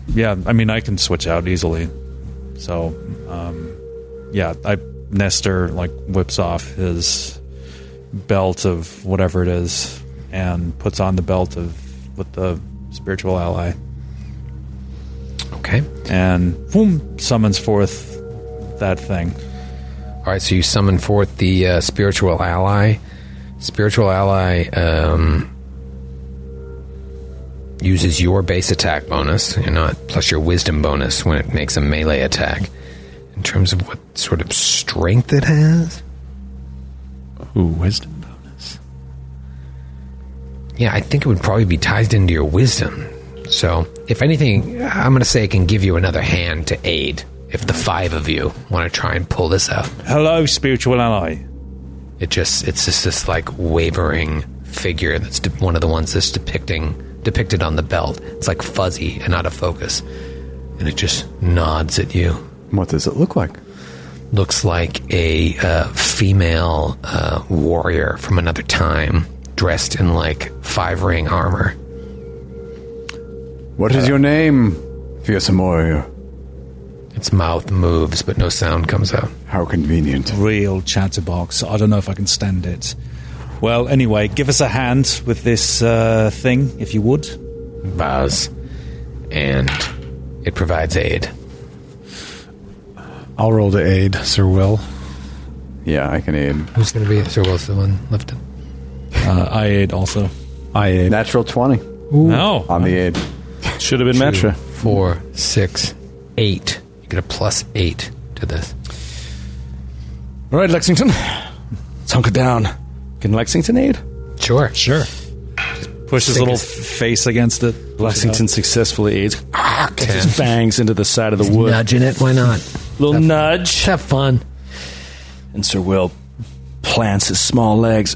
S3: yeah. I mean, I can switch out easily. So, um, yeah. I Nestor like whips off his belt of whatever it is and puts on the belt of with the spiritual ally.
S5: Okay.
S3: and boom, summons forth that thing.
S5: All right, so you summon forth the uh, spiritual ally. Spiritual ally um, uses your base attack bonus, you're not plus your wisdom bonus when it makes a melee attack. In terms of what sort of strength it has,
S7: Ooh, wisdom bonus.
S5: yeah, I think it would probably be tied into your wisdom. So, if anything, I'm going to say it can give you another hand to aid if the five of you want to try and pull this out.
S3: Hello, spiritual ally.
S5: It just it's just this like wavering figure that's de- one of the ones that's depicting depicted on the belt. It's like fuzzy and out of focus, and it just nods at you.
S2: What does it look like?
S5: Looks like a uh, female uh, warrior from another time, dressed in like five ring armor.
S2: What is your name, fearsome warrior?
S5: Its mouth moves, but no sound comes out.
S2: How convenient.
S3: Real chatterbox. I don't know if I can stand it. Well, anyway, give us a hand with this uh, thing, if you would.
S5: Buzz, and it provides aid.
S7: I'll roll to aid, Sir Will.
S2: Yeah, I can aid.
S5: Who's going to be Sir Will's the one lifted?
S3: Uh, I aid also.
S7: I aid.
S2: Natural 20
S3: No.
S2: on the aid.
S4: Should have been Metra.
S5: four, six, eight. You get a plus eight to this.
S4: All right, Lexington. Let's hunker down. Can Lexington aid?
S5: Sure, sure.
S3: Push his
S5: Sick
S3: little
S5: as-
S3: face against it.
S4: Lexington successfully aids.
S5: Ten.
S4: Ah, Just bangs into the side of the wood.
S5: Nudging it. Why not?
S4: Little nudge.
S5: Have fun.
S4: And Sir Will plants his small legs.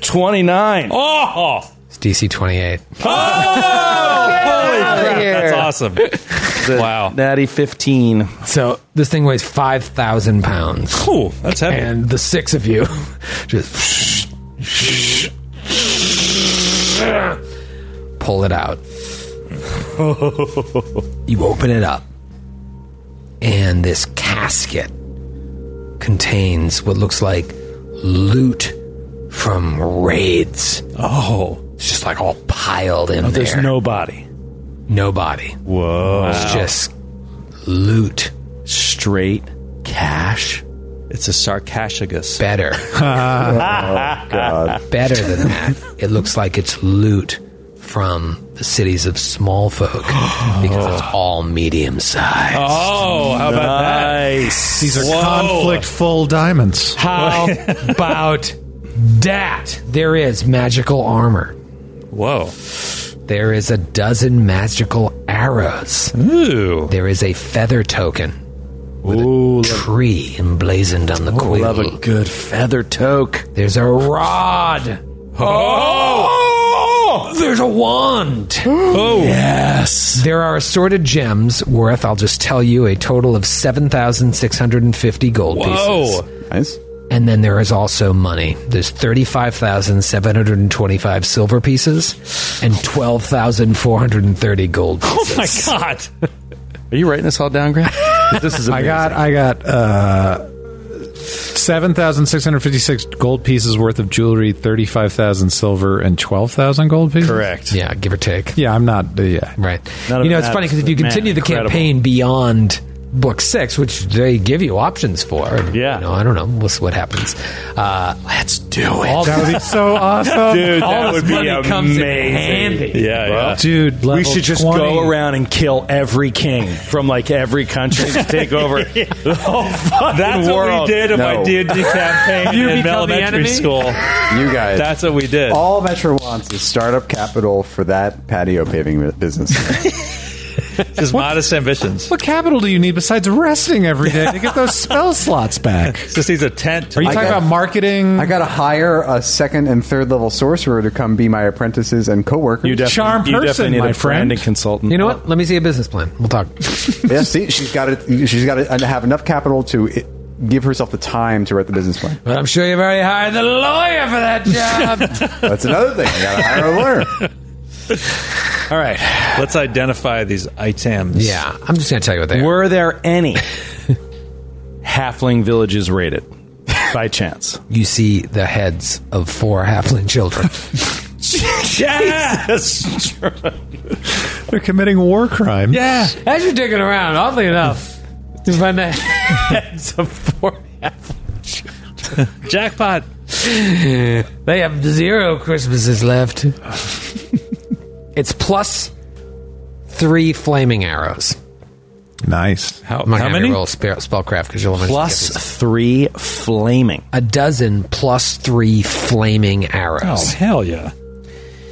S4: Twenty-nine.
S3: Oh, oh,
S5: It's DC twenty-eight.
S3: holy crap. That's awesome. wow.
S4: Natty fifteen.
S5: So this thing weighs five thousand pounds,
S3: Cool. That's heavy.
S5: and the six of you just pull it out. you open it up, and this casket contains what looks like loot from raids.
S3: oh.
S5: It's just like all piled in there.
S4: There's nobody.
S5: nobody. Whoa! It's just loot,
S4: Straight
S5: cash.
S3: It's a sarcashagus.
S5: Better,
S2: God.
S5: better than that. It looks like it's loot from the cities of small folk because it's all medium size.
S3: Oh, how about
S4: nice.
S7: These are
S3: Whoa.
S7: conflict full diamonds.
S5: How about that? There is magical armor.
S3: that? Whoa.
S5: There is a dozen magical arrows.
S3: Ooh.
S5: There is a feather token with a tree emblazoned on the quill.
S4: Love a good feather toque.
S5: There's a rod. Oh! There's a wand.
S3: Oh.
S5: There are assorted gems worth, I'll just tell you, a total of 7,650 gold
S3: Whoa.
S5: pieces.
S2: Nice.
S5: And then there is also money. There's 35,725 silver pieces and 12,430 gold
S3: Oh,
S5: pieces.
S3: my God.
S4: Are you writing this all down, Grant?
S7: I got I got uh 7,656 gold pieces worth of jewelry, 35,000 silver, and 12,000 gold pieces?
S4: Correct.
S5: Yeah, give or take.
S7: Yeah, I'm not. uh, yeah.
S5: Right.
S4: None of
S5: you
S4: it
S5: know, it's funny
S4: matters,
S5: because if you
S4: but man,
S5: continue the
S4: incredible.
S5: campaign beyond book six, which they give you options for, and,
S4: Yeah.
S5: you know, I don't know, we'll see what happens. Uh, let's do it.
S7: That would be so awesome.
S4: Dude,
S5: all
S4: that
S5: this
S4: would be
S5: money
S4: amazing.
S5: comes in handy.
S4: Yeah, yeah.
S7: Dude,
S4: we
S7: level
S4: should just
S7: 20.
S4: go around and kill every king from like every country to take over the whole fucking
S8: That's
S4: world.
S8: what we did in my
S2: No.
S8: D&D campaign
S3: You
S8: in
S3: become the
S8: elementary
S3: enemy?
S8: school.
S2: You guys.
S8: That's what we did.
S2: all Metro wants is startup capital for that patio paving business.
S8: Just modest ambitions.
S7: What capital do you need besides resting every day to get those spell slots back?
S8: Just needs a tent.
S7: Are you
S2: I
S7: talking
S2: got-
S7: about marketing?
S2: I gotta hire a second and third level sorcerer to come be my apprentices and coworkers.
S4: You definitely,
S7: Charm
S4: you
S7: person,
S4: definitely need
S7: my
S4: a
S7: friend.
S4: branding consultant.
S5: You know what? Let me see a business plan. We'll talk.
S2: yeah, see, she's got to she's got to have enough capital to i give herself the time to write the business plan.
S5: but I'm sure you've already hired the lawyer for that job.
S2: That's another thing. You gotta hire a lawyer.
S4: All right.
S8: Let's identify these items.
S5: yeah, I'm just going to tell you what they are.
S4: Were there any halfling villages raided by chance?
S5: You see the heads of four halfling children.
S4: yes.
S7: They're committing war crime.
S5: yeah. As you're digging around, oddly enough, you find the heads of four
S8: Jackpot.
S5: They have zero Christmases left. it's plus three flaming arrows.
S7: Nice.
S8: How,
S5: I'm not
S8: how
S5: gonna
S8: many?
S5: roll spell spellcraft because you'll eventually get these.
S4: Plus three flaming.
S5: a dozen plus three flaming
S8: Oh,
S5: arrows.
S8: hell yeah.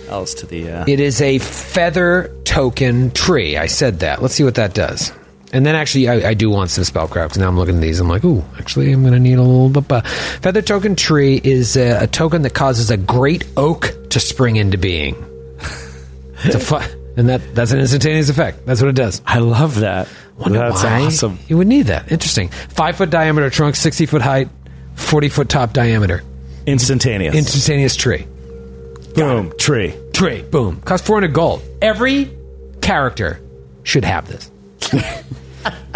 S4: Else to the uh,
S5: It is a feather token tree. I said that. Let's see what that does. And then actually, I, I do want some spellcraft 'cause now I'm looking at these. I'm like, ooh, actually, I'm going to need a little bit. But feather token tree is a, a token that causes a great oak to spring into being. It's a fu- and that that's an instantaneous effect. That's what it does.
S4: I love that.
S5: Wonder
S4: That's
S5: why
S4: awesome.
S5: You would need that. Interesting. Five foot diameter trunk, sixty foot height, forty foot top diameter.
S4: Instantaneous.
S5: Instantaneous tree.
S4: Boom. Tree.
S5: Tree. Boom. Cost four hundred gold. Every character should have this.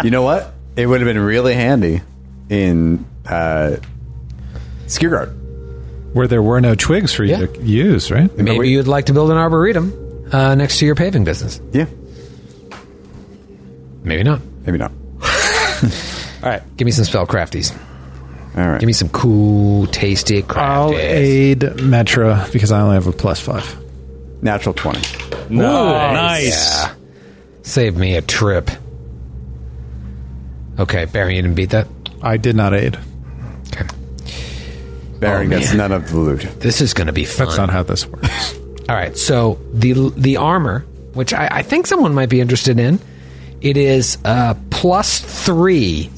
S2: You know what? It would have been really handy in uh, Skiergard.
S7: Where there were no twigs for you
S5: Yeah.
S7: to use, right?
S5: Maybe
S2: we-
S5: you'd like to build an arboretum uh, next to your paving business.
S2: Yeah,
S5: Maybe not.
S2: maybe not.
S5: Give me some spell crafties.
S2: All right.
S5: Give me some cool, tasty
S7: I'll
S5: crafties.
S7: aid Metra because I only have a plus five.
S2: Natural twenty.
S8: Nice.
S5: Yeah. Save me a trip. Okay, Barry, you didn't beat that.
S7: I did not aid.
S5: Okay.
S2: Baron gets none of the loot.
S5: This is going to be fun.
S7: That's not how this works.
S5: All right. So the the armor, which I, I think someone might be interested in, it is uh, plus three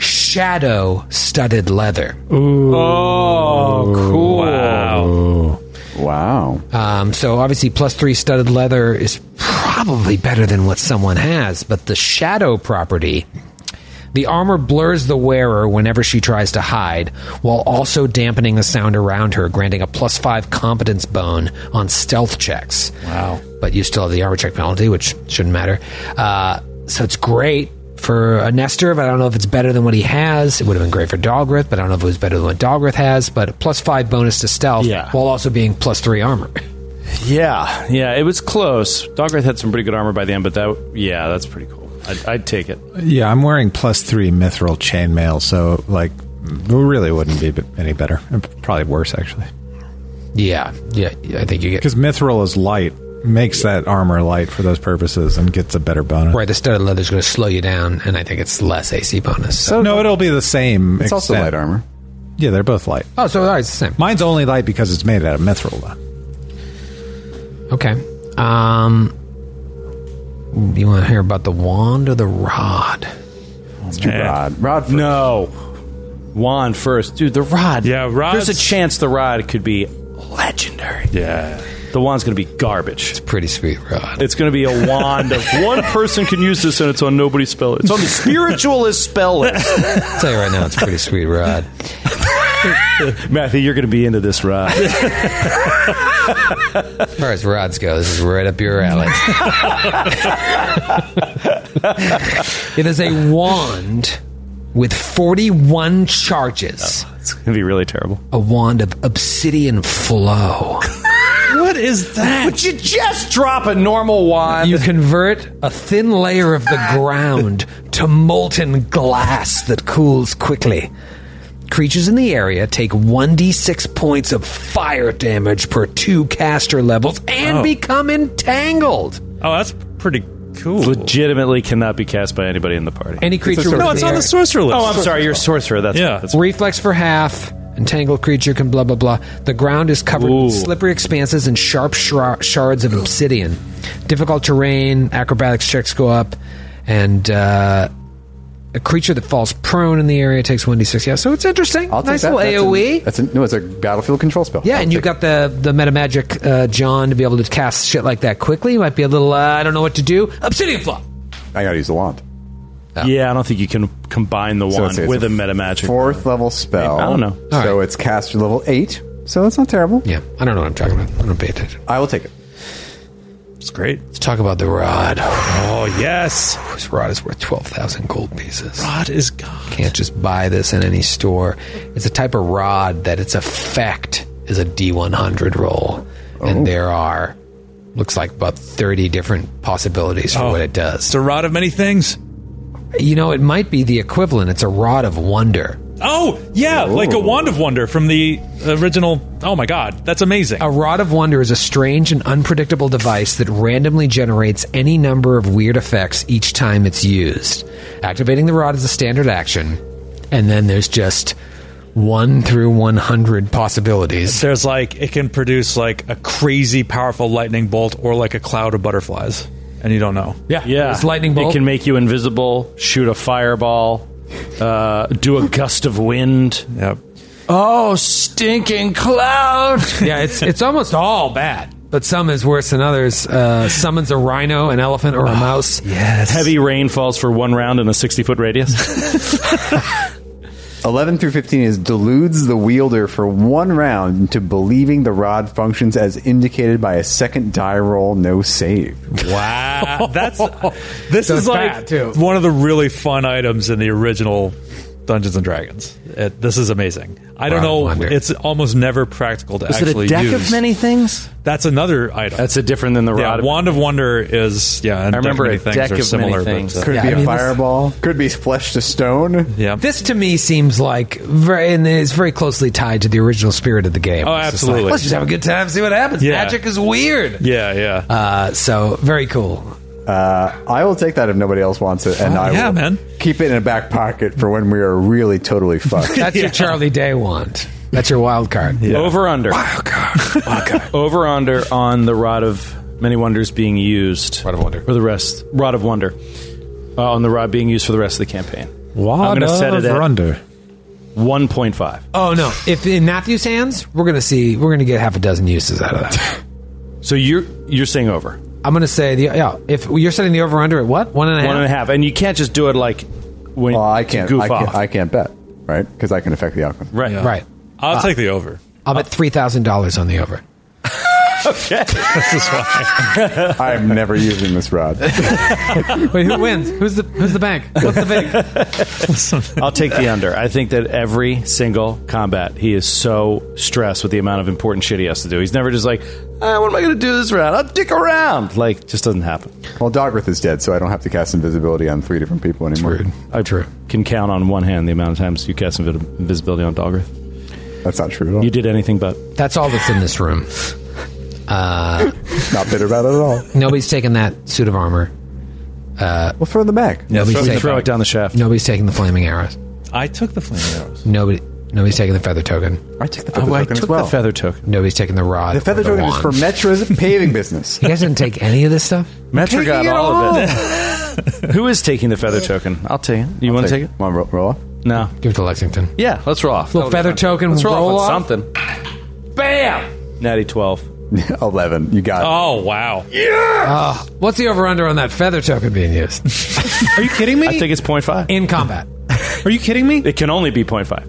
S5: shadow studded leather.
S8: Wow.
S2: Wow.
S5: Um, so obviously, plus three studded leather is probably better than what someone has, but the shadow property. The armor blurs the wearer whenever she tries to hide, while also dampening the sound around her, granting a plus five competence bone on stealth checks. Wow. But you still have the armor check penalty, which shouldn't matter. Uh, so it's great for a Nestor, but I don't know if it's better than what he has. It would have been great for Dalgrith, but I don't know if it was better than what Dalgrith has. But a plus five bonus to stealth
S4: Yeah.
S5: while also being plus three armor.
S4: Yeah. Yeah. It was close. Dograth had some pretty good armor by the end, but that. Yeah, that's pretty cool. I'd, I'd take it.
S7: yeah, I'm wearing plus three mithril chainmail, so like, it really wouldn't be any better. Probably worse actually,
S5: Yeah, yeah, yeah, I think you get
S7: because mithril is light, makes that armor light for those purposes, and gets a better bonus.
S5: right. The studded leather is going to slow you down, and I think it's less AC bonus. So.
S7: So no, it'll be the same.
S2: It's also light armor.
S7: Yeah, they're both light.
S5: Oh, so all right, it's the same.
S7: Mine's only light because it's made out of mithril. Though.
S5: Okay. Um, you want to hear about the wand or the rod?
S2: It's too rod. Rod. First.
S4: No. Wand first. Dude, the rod.
S8: Yeah, rods-
S4: There's a chance the rod could be legendary.
S8: Yeah.
S4: The wand's going to be garbage.
S5: Pretty sweet rod.
S4: It's going to be a wand of one person can use this and it's on nobody's spell list. It's on the spiritualist spell list.
S5: I'll tell you right now, it's a pretty sweet rod.
S4: Matthew, you're going to be into this rod.
S5: As far as rods go, this is right up your alley. it is a wand with 41 charges.
S4: It's going to be really terrible.
S5: A wand of obsidian flow.
S4: What is that?
S9: Would you just drop a normal wand?
S5: You convert a thin layer of the ground to molten glass that cools quickly. Creatures in the area take 1d6 points of fire damage per two caster levels and
S4: Oh.
S5: become entangled.
S3: Oh, that's pretty cool.
S4: Legitimately cannot be cast by anybody in the party.
S5: Any creature
S3: no, it's on the sorcerer list.
S4: Oh, I'm sorry. You're a sorcerer. That's
S3: Yeah.
S4: That's
S5: Reflex for half. Entangled creature can blah blah blah. The ground is covered with slippery expanses and sharp shra- shards of obsidian. Difficult terrain. Acrobatics checks go up, and uh, a creature that falls prone in the area takes one d six. Yeah, so it's interesting.
S2: I'll take
S5: nice
S2: that.
S5: little E.
S2: That's an- That's an,
S5: AOE.
S2: no, it's a battlefield control spell.
S5: yeah,
S2: I'll
S5: and you
S2: take
S5: got the the meta magic uh, John to be able to cast shit like that quickly. You might be a little. Uh, I don't know what to do. Obsidian flop.
S2: it. I gotta use the wand.
S4: Yeah, I don't think you can combine the
S2: So
S4: wand
S2: let's see, it's
S4: with a meta magic.
S2: Fourth level spell.
S4: I don't know.
S5: All
S2: So
S5: right.
S2: it's caster level eight. So it's not terrible.
S5: Yeah, I don't know what I'm talking about. I don't pay attention.
S2: I will take it.
S3: It's great.
S5: Let's talk about the rod.
S3: Oh, yes.
S5: This rod is worth 12,000 gold pieces.
S3: God is God.
S5: Can't just buy this in any store. It's a type of rod that its effect is a D100 roll.
S3: Oh.
S5: And there are, looks like about 30 different possibilities
S3: Oh.
S5: for what it
S3: It's
S5: does.
S3: a rod of many things.
S5: You know, it might be the equivalent. It's a rod of wonder.
S3: Oh, yeah, like a wand of wonder from the original. Oh my god, that's amazing.
S5: A rod of wonder is a strange and unpredictable device that randomly generates any number of weird effects each time it's used. Activating the rod is a standard action, and then there's just one through 100 possibilities.
S3: There's like it can produce like a crazy powerful lightning bolt or like a cloud of butterflies, and you don't know.
S4: Yeah,
S5: It's lightning
S4: It
S5: bolt.
S4: can make you invisible, shoot a fireball, uh, do a gust of wind.
S3: Yep.
S9: oh, stinking cloud!
S5: yeah, it's, it's almost all bad. But some is worse than others. Uh, summons a rhino, an elephant, or a mouse.
S4: Heavy rain falls for one round in a sixty foot radius.
S2: 11 through 15 is deludes the wielder for one round into believing the rod functions as indicated by a second die roll, no save.
S3: Wow, Ah, that's this
S5: So
S3: is
S5: it's
S3: like
S5: bad, too.
S3: one of the really fun items in the original Dungeons and Dragons. It, this is amazing. I
S5: Rod
S3: don't
S5: of
S3: know.
S5: Wonder.
S3: It's almost never practical to actually use.
S4: things?
S3: That's another item.
S4: That's a different than the
S3: yeah,
S4: rod. of-
S3: wand of wonder is yeah. And
S4: I remember
S3: many
S4: a
S3: things
S4: deck
S3: are
S4: of many
S3: similar, but,
S4: things.
S3: uh,
S2: Could
S5: Yeah,
S2: be
S5: I
S2: a
S5: mean, this-
S2: fireball, could be flesh to stone.
S3: yeah.
S5: This to me seems like very, and it's very closely tied to the original spirit of the game.
S3: Oh,
S5: It's just like,
S3: absolutely.
S5: Let's just have a good time, see what happens.
S3: Yeah.
S5: Magic is weird.
S3: yeah, yeah.
S5: Uh, so very cool.
S2: Uh, I will take that if nobody else wants it, and I
S3: yeah,
S2: will
S3: man.
S2: keep it in a back pocket for when we are really totally fucked.
S5: That's your Charlie Day wand. That's your wild card.
S4: Over under. Over under on the rod of many wonders being used. Rod of wonder for the rest. Rod of wonder uh, on the rod being used for the rest of the campaign. I'm going to set it at
S7: under.
S4: one point five.
S5: Oh no! If in Matthew's hands, we're gonna see. We're gonna get half a dozen uses out of that.
S4: So you're you're saying over.
S5: I'm gonna say the yeah. If you're setting the over under at what one and a half?
S4: One and a half, and you can't just do it like when
S2: well, I
S4: to
S2: can't,
S4: goof
S2: I
S4: off.
S2: can't, I can't bet, right? Because I can affect the outcome.
S4: right,
S3: Yeah.
S5: Right. Uh,
S3: I'll take the over.
S5: I'll bet three thousand dollars on the over.
S2: I am never using this rod.
S5: Wait, who wins? Who's the Who's the bank? What's the bank?
S4: I'll take the under. I think that every single combat, he is so stressed with the amount of important shit he has to do. He's never just like, ah, what am I going to do this round? I'll dick around. Like, just doesn't happen.
S2: Well, Dogrith is dead, so I don't have to cast invisibility on three different people anymore.
S4: I True. can count on one hand the amount of times you cast invi- invisibility on Dogrith.
S2: That's not true at all.
S4: You did anything but.
S5: That's all that's in this room.
S2: Not bitter about it at all.
S5: Nobody's taking that suit of armor.
S2: We'll throw them back.
S5: Nobody's
S4: Throw,
S5: taking
S4: throw it down the shaft.
S5: Nobody's taking the flaming arrows.
S3: I took the flaming arrows.
S5: Nobody. Nobody's taking the feather token.
S2: I took the feather token as well.
S4: Oh, the feather token.
S5: Nobody's taking the rod.
S2: The feather token is for
S5: me.
S2: Metra's paving business.
S5: You guys didn't take any of this stuff.
S4: Metro got all, of it. Who is taking the feather token? I'll take it. You want to take it?
S2: Come on, roll, roll off.
S4: No.
S5: Give it to Lexington.
S4: Yeah, let's roll off.
S5: Little feather token.
S4: Let's roll,
S5: roll
S4: off
S5: off.
S4: on something. Bam! Natty 12.
S2: 11. You got it.
S3: Oh wow!
S5: What's the over under on that feather token being used
S7: Are you kidding me?
S4: I think it's 0.5.
S5: in combat?
S7: Are you kidding me?
S4: It can only be 0.5.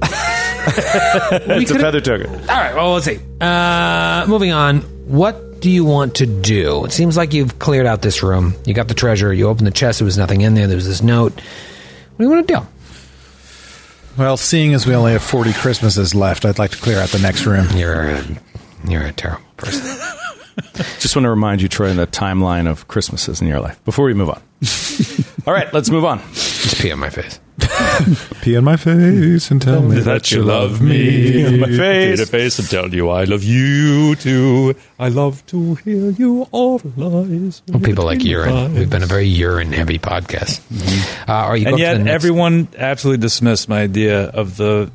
S4: it's a feather token.
S5: All right. Well, let's see. Uh, moving on. What do you want to do? It seems like you've cleared out this room. You got the treasure. You opened the chest. There was nothing in there. There was this note. What do you want to do?
S7: Well, seeing as we only have 40 Christmases left, I'd like to clear out the next room.
S5: You're a, you're a terrible person.
S9: Just want to remind you, Troy, the timeline of Christmases in your life before we move on. All right, let's move on.
S5: Just pee on my face.
S7: Pee in my face and tell me
S3: that you love me.
S9: In my
S3: Face.
S9: face.
S3: face and tell you I love you too. I love to hear you all lies.
S5: Well, people like urine. We've been a very urine heavy podcast. Uh, are you go
S3: And
S5: up to the
S3: yet,
S5: next-
S3: everyone absolutely dismissed my idea of the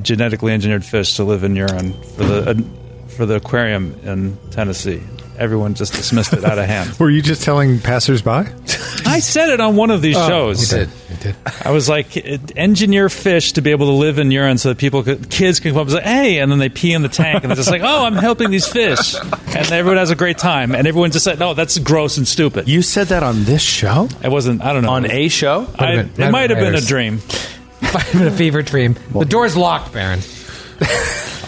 S3: genetically engineered fish to live in urine for the uh, for the aquarium in Tennessee. Everyone just dismissed it out of hand.
S7: Were you just telling passersby?
S3: I said it on one of these
S5: Oh, You
S3: shows.
S5: did. You did.
S3: I was like, engineer fish to be able to live in urine so that people, could, kids can come up and say, hey, and then they pee in the tank. And they're just like, oh, I'm helping these fish. And everyone has a great time. And everyone just said, no, that's gross and stupid.
S4: You said that on this show?
S3: it wasn't, I don't know.
S4: On a show?
S3: I,
S5: Might have been-
S3: it
S5: might
S3: might
S5: have
S3: have
S5: been
S3: been a
S5: writers.
S3: dream.
S5: I'm in a fever dream. The door's locked, Baron.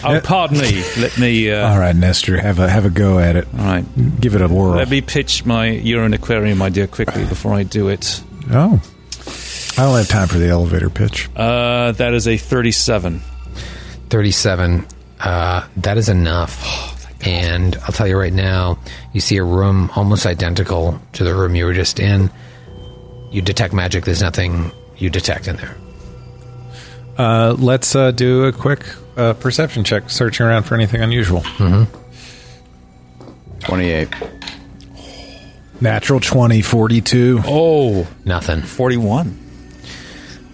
S3: Oh, pardon me. Let me. Uh,
S7: All right, Nestor, have a have a go at it.
S3: All right.
S7: Give it a whirl.
S3: Let me pitch my urine aquarium idea quickly before I do it.
S7: oh. I don't have time for the elevator pitch.
S3: Uh, that is a 37.
S5: 37. Uh, that is enough.
S9: Oh,
S5: and I'll tell you right now, you see a room almost identical to the room you were just in. You detect magic. There's nothing you detect in there.
S7: Uh, let's uh, do a quick uh, perception check, searching around for anything unusual. Mm-hmm.
S2: 28.
S7: Natural 20, 42.
S3: Oh,
S5: Nothing.
S3: 41.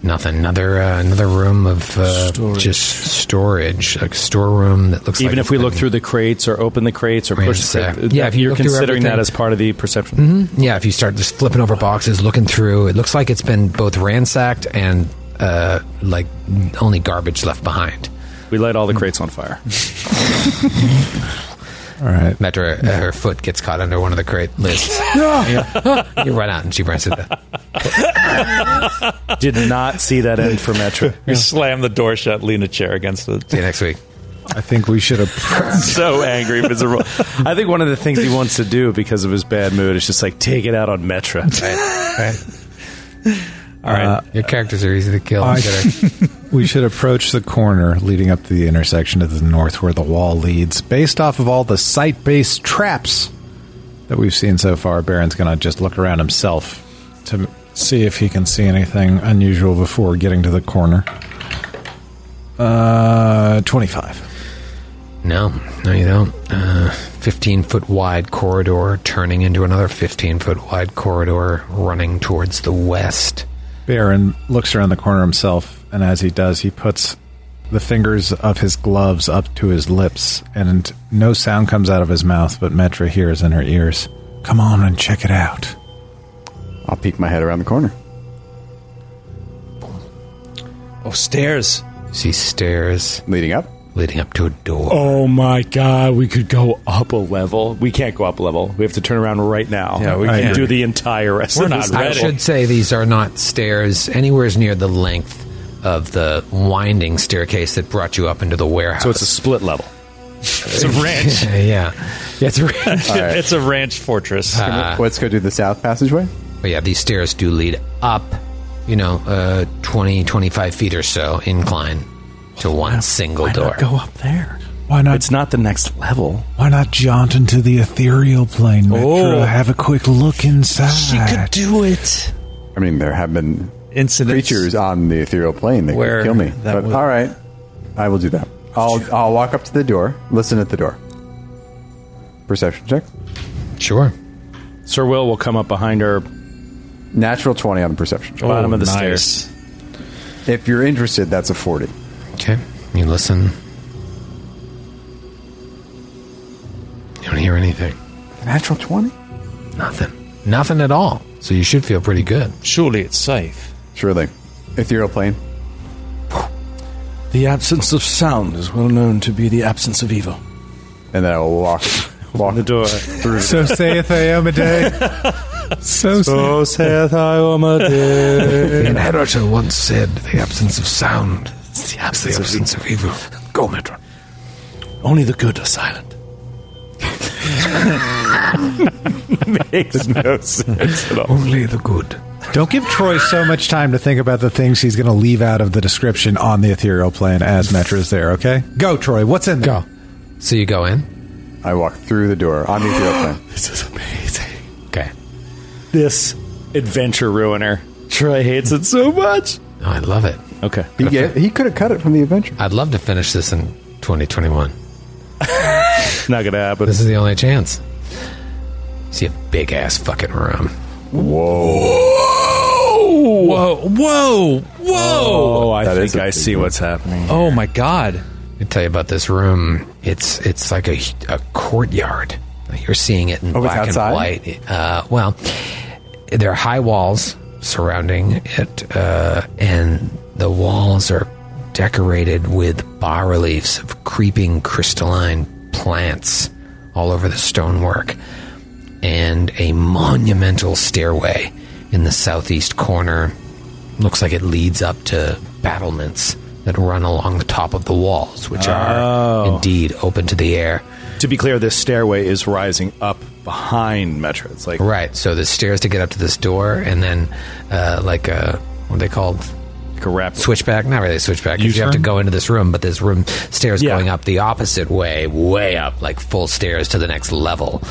S5: Nothing. Another uh, another room of uh, just storage, like storeroom that looks.
S9: Even
S5: like
S9: if we
S5: it's
S9: look
S5: been-
S9: through the crates or open the crates or
S5: Yeah,
S9: push the
S5: exact-
S9: crate,
S5: yeah, if you
S9: you're
S5: look through
S9: considering that
S5: everything-
S9: as part of the perception.
S5: Yeah, if you start just flipping over boxes, looking through, it looks like it's been both ransacked and uh, like only garbage left behind.
S9: We light all the crates on fire.
S7: All right.
S5: Metra, uh, her foot gets caught under one of the crate lids. you run out and she runs it back.
S9: Did not see that end for Metro.
S3: You slam the door shut, lean a chair against it.
S5: See you next week.
S7: I think we should have.
S9: so angry, miserable. I think one of the things he wants to do because of his bad mood is just like take it out on Metra.
S5: All right. Your characters are easy to kill.
S7: I-
S5: Get her.
S7: we should approach the corner leading up to the intersection to the north where the wall leads. Based off of all the sight based traps that we've seen so far, Baron's going to just look around himself to m- see if he can see anything unusual before getting to the corner. Uh, 25.
S5: no, no, you don't. Uh, 15 foot wide corridor turning into another 15 foot wide corridor running towards the west.
S7: Baron looks around the corner himself, and as he does, he puts the fingers of his gloves up to his lips, and no sound comes out of his mouth, but Metra hears in her ears. Come on and check it out.
S2: I'll peek my head around the corner.
S3: Oh, stairs.
S5: You see stairs
S2: Leading up.
S5: leading up to a door.
S9: Oh my god, we could go up a level. We can't go up a level. We have to turn around right now. Yeah,
S3: we
S9: can
S3: can't.
S9: do the entire rest.
S3: We're
S9: of
S3: not
S4: Oh,
S9: this
S5: I
S3: ready.
S9: level.
S5: should say these are not stairs anywhere as near the length of the winding staircase that brought you up into the warehouse.
S9: So it's a split level.
S3: It's a ranch.
S5: yeah, Uh, yeah, Yeah, it's a
S3: It's a ranch fortress.
S2: Let's go to the south passageway.
S5: But yeah, these stairs do lead up, you know, uh, 20, 25 feet or so incline to one single door.
S9: Go up there.
S7: Why not?
S9: It's not the next level.
S7: why not jaunt into the ethereal plane, Metro? Have a quick look inside.
S3: do it.
S2: I mean, there have been
S3: Incidents.
S2: creatures on the ethereal plane that
S3: Where
S2: could kill me.
S3: that
S2: But
S3: would-
S2: all right, I will do that. I'll I'll walk up to the door. Listen at the door. Perception check.
S5: Sure.
S9: Sir Will will come up behind her.
S2: Natural twenty on the perception check.
S9: Bottom of the
S3: Oh, nice.
S9: stairs.
S2: If you're interested, that's a forty.
S5: Okay. You listen. You don't hear anything.
S2: Natural twenty.
S5: Nothing. Nothing at all. So you should feel pretty good.
S3: Surely it's safe.
S2: Surely, ethereal plane.
S4: The absence of sound is well known to be the absence of evil.
S2: And then I will walk walk
S9: The door.
S2: through. the-
S7: So saith Aomaday. so saith.
S9: saith I,
S5: The inheritor once said the absence of sound is the absence, of, evil. Go, Metron.
S4: Only the good are silent.
S9: Makes no sense at all.
S5: Only the good
S7: Don't give Troy so much time to think about the things he's going to leave out of the description on the ethereal plane as Metra's there, okay? Go, Troy. What's in there? Go.
S5: So you go in?
S2: I walk through the door on the ethereal plane.
S4: This is amazing.
S5: Okay.
S4: This adventure ruiner. Troy hates it so much.
S5: Oh, I love it.
S4: Okay.
S2: He, get- he could have cut it from the adventure.
S5: I'd love to finish this in 2021.
S4: Not gonna happen.
S5: This is the only chance. See a big ass fucking room.
S9: Oh!
S3: Whoa! Whoa! Whoa!
S4: Oh, I
S2: That is
S4: think
S2: a
S4: I
S2: big
S4: see what's happening.
S3: Oh my God!
S5: I tell you about this room. It's it's like a, a courtyard. You're seeing it in
S2: Oh, it's
S5: black and
S2: outside?
S5: white. Uh, well, there are high walls surrounding it, uh, and the walls are decorated with bas reliefs of creeping crystalline plants all over the stonework, and a monumental stairway in the southeast corner looks like it leads up to battlements that run along the top of the walls, which are indeed open to the air.
S4: To be clear, this stairway is rising up behind Metro. It's like
S5: Right. So the stairs to get up to this door, and then uh, like a what are they called?
S4: like a rap.
S5: Switchback? Not really a switchback. 'cause You have to go into this room, but this room stairs going up the opposite way, way up, like full stairs to the next level.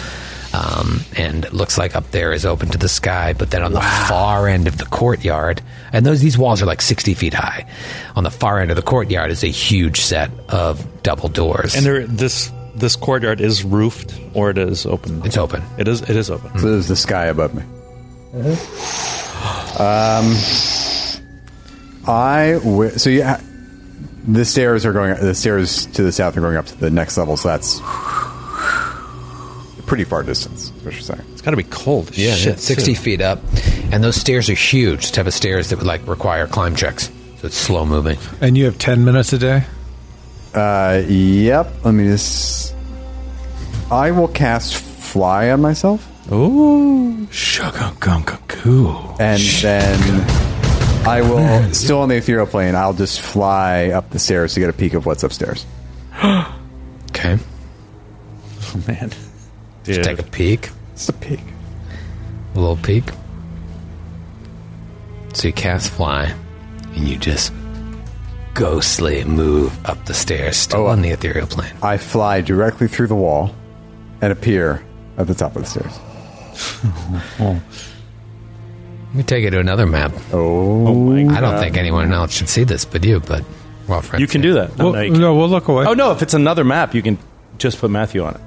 S5: Um, and it looks like up there is open to the sky, but then on the far end of the courtyard, and those these walls are like sixty feet high. On the far end of the courtyard is a huge set of double doors,
S3: And there, this this courtyard is roofed or it is open.
S5: it's open.
S3: It is. It is open.
S9: Hmm.
S2: So there's the sky above me. Uh-huh. Um, I wi- so you ha- the stairs are going the stairs to the south are going up to the next level, so that's a pretty far distance. is What you're saying?
S3: It's got to be cold. Yeah, shit.
S5: 60 feet up. And those stairs are huge, the type of stairs that would like require climb checks. So it's slow moving.
S7: And you have 10 minutes a day?
S2: Uh, yep. Let me just. I will cast fly on myself,
S7: Shugungunkakoo.
S2: and then I will still on the ethereal plane. I'll just fly up the stairs to get a peek of what's upstairs.
S5: Okay.
S3: Oh, man.
S5: Just take a peek,
S2: Just a peek.
S5: a little peek. So you cast fly, and you just ghostly move up the stairs, still on the ethereal plane.
S2: Oh, I fly directly through the wall and appear at the top of the stairs.
S5: Let me take you to another map.
S2: Oh,
S5: I don't think anyone else should see this but you, but well, friends.
S4: You can do that.
S7: Well,
S4: no, you
S7: no,
S4: can't.
S7: we'll look away.
S4: Oh no! If it's another map, you can just put Matthew on it.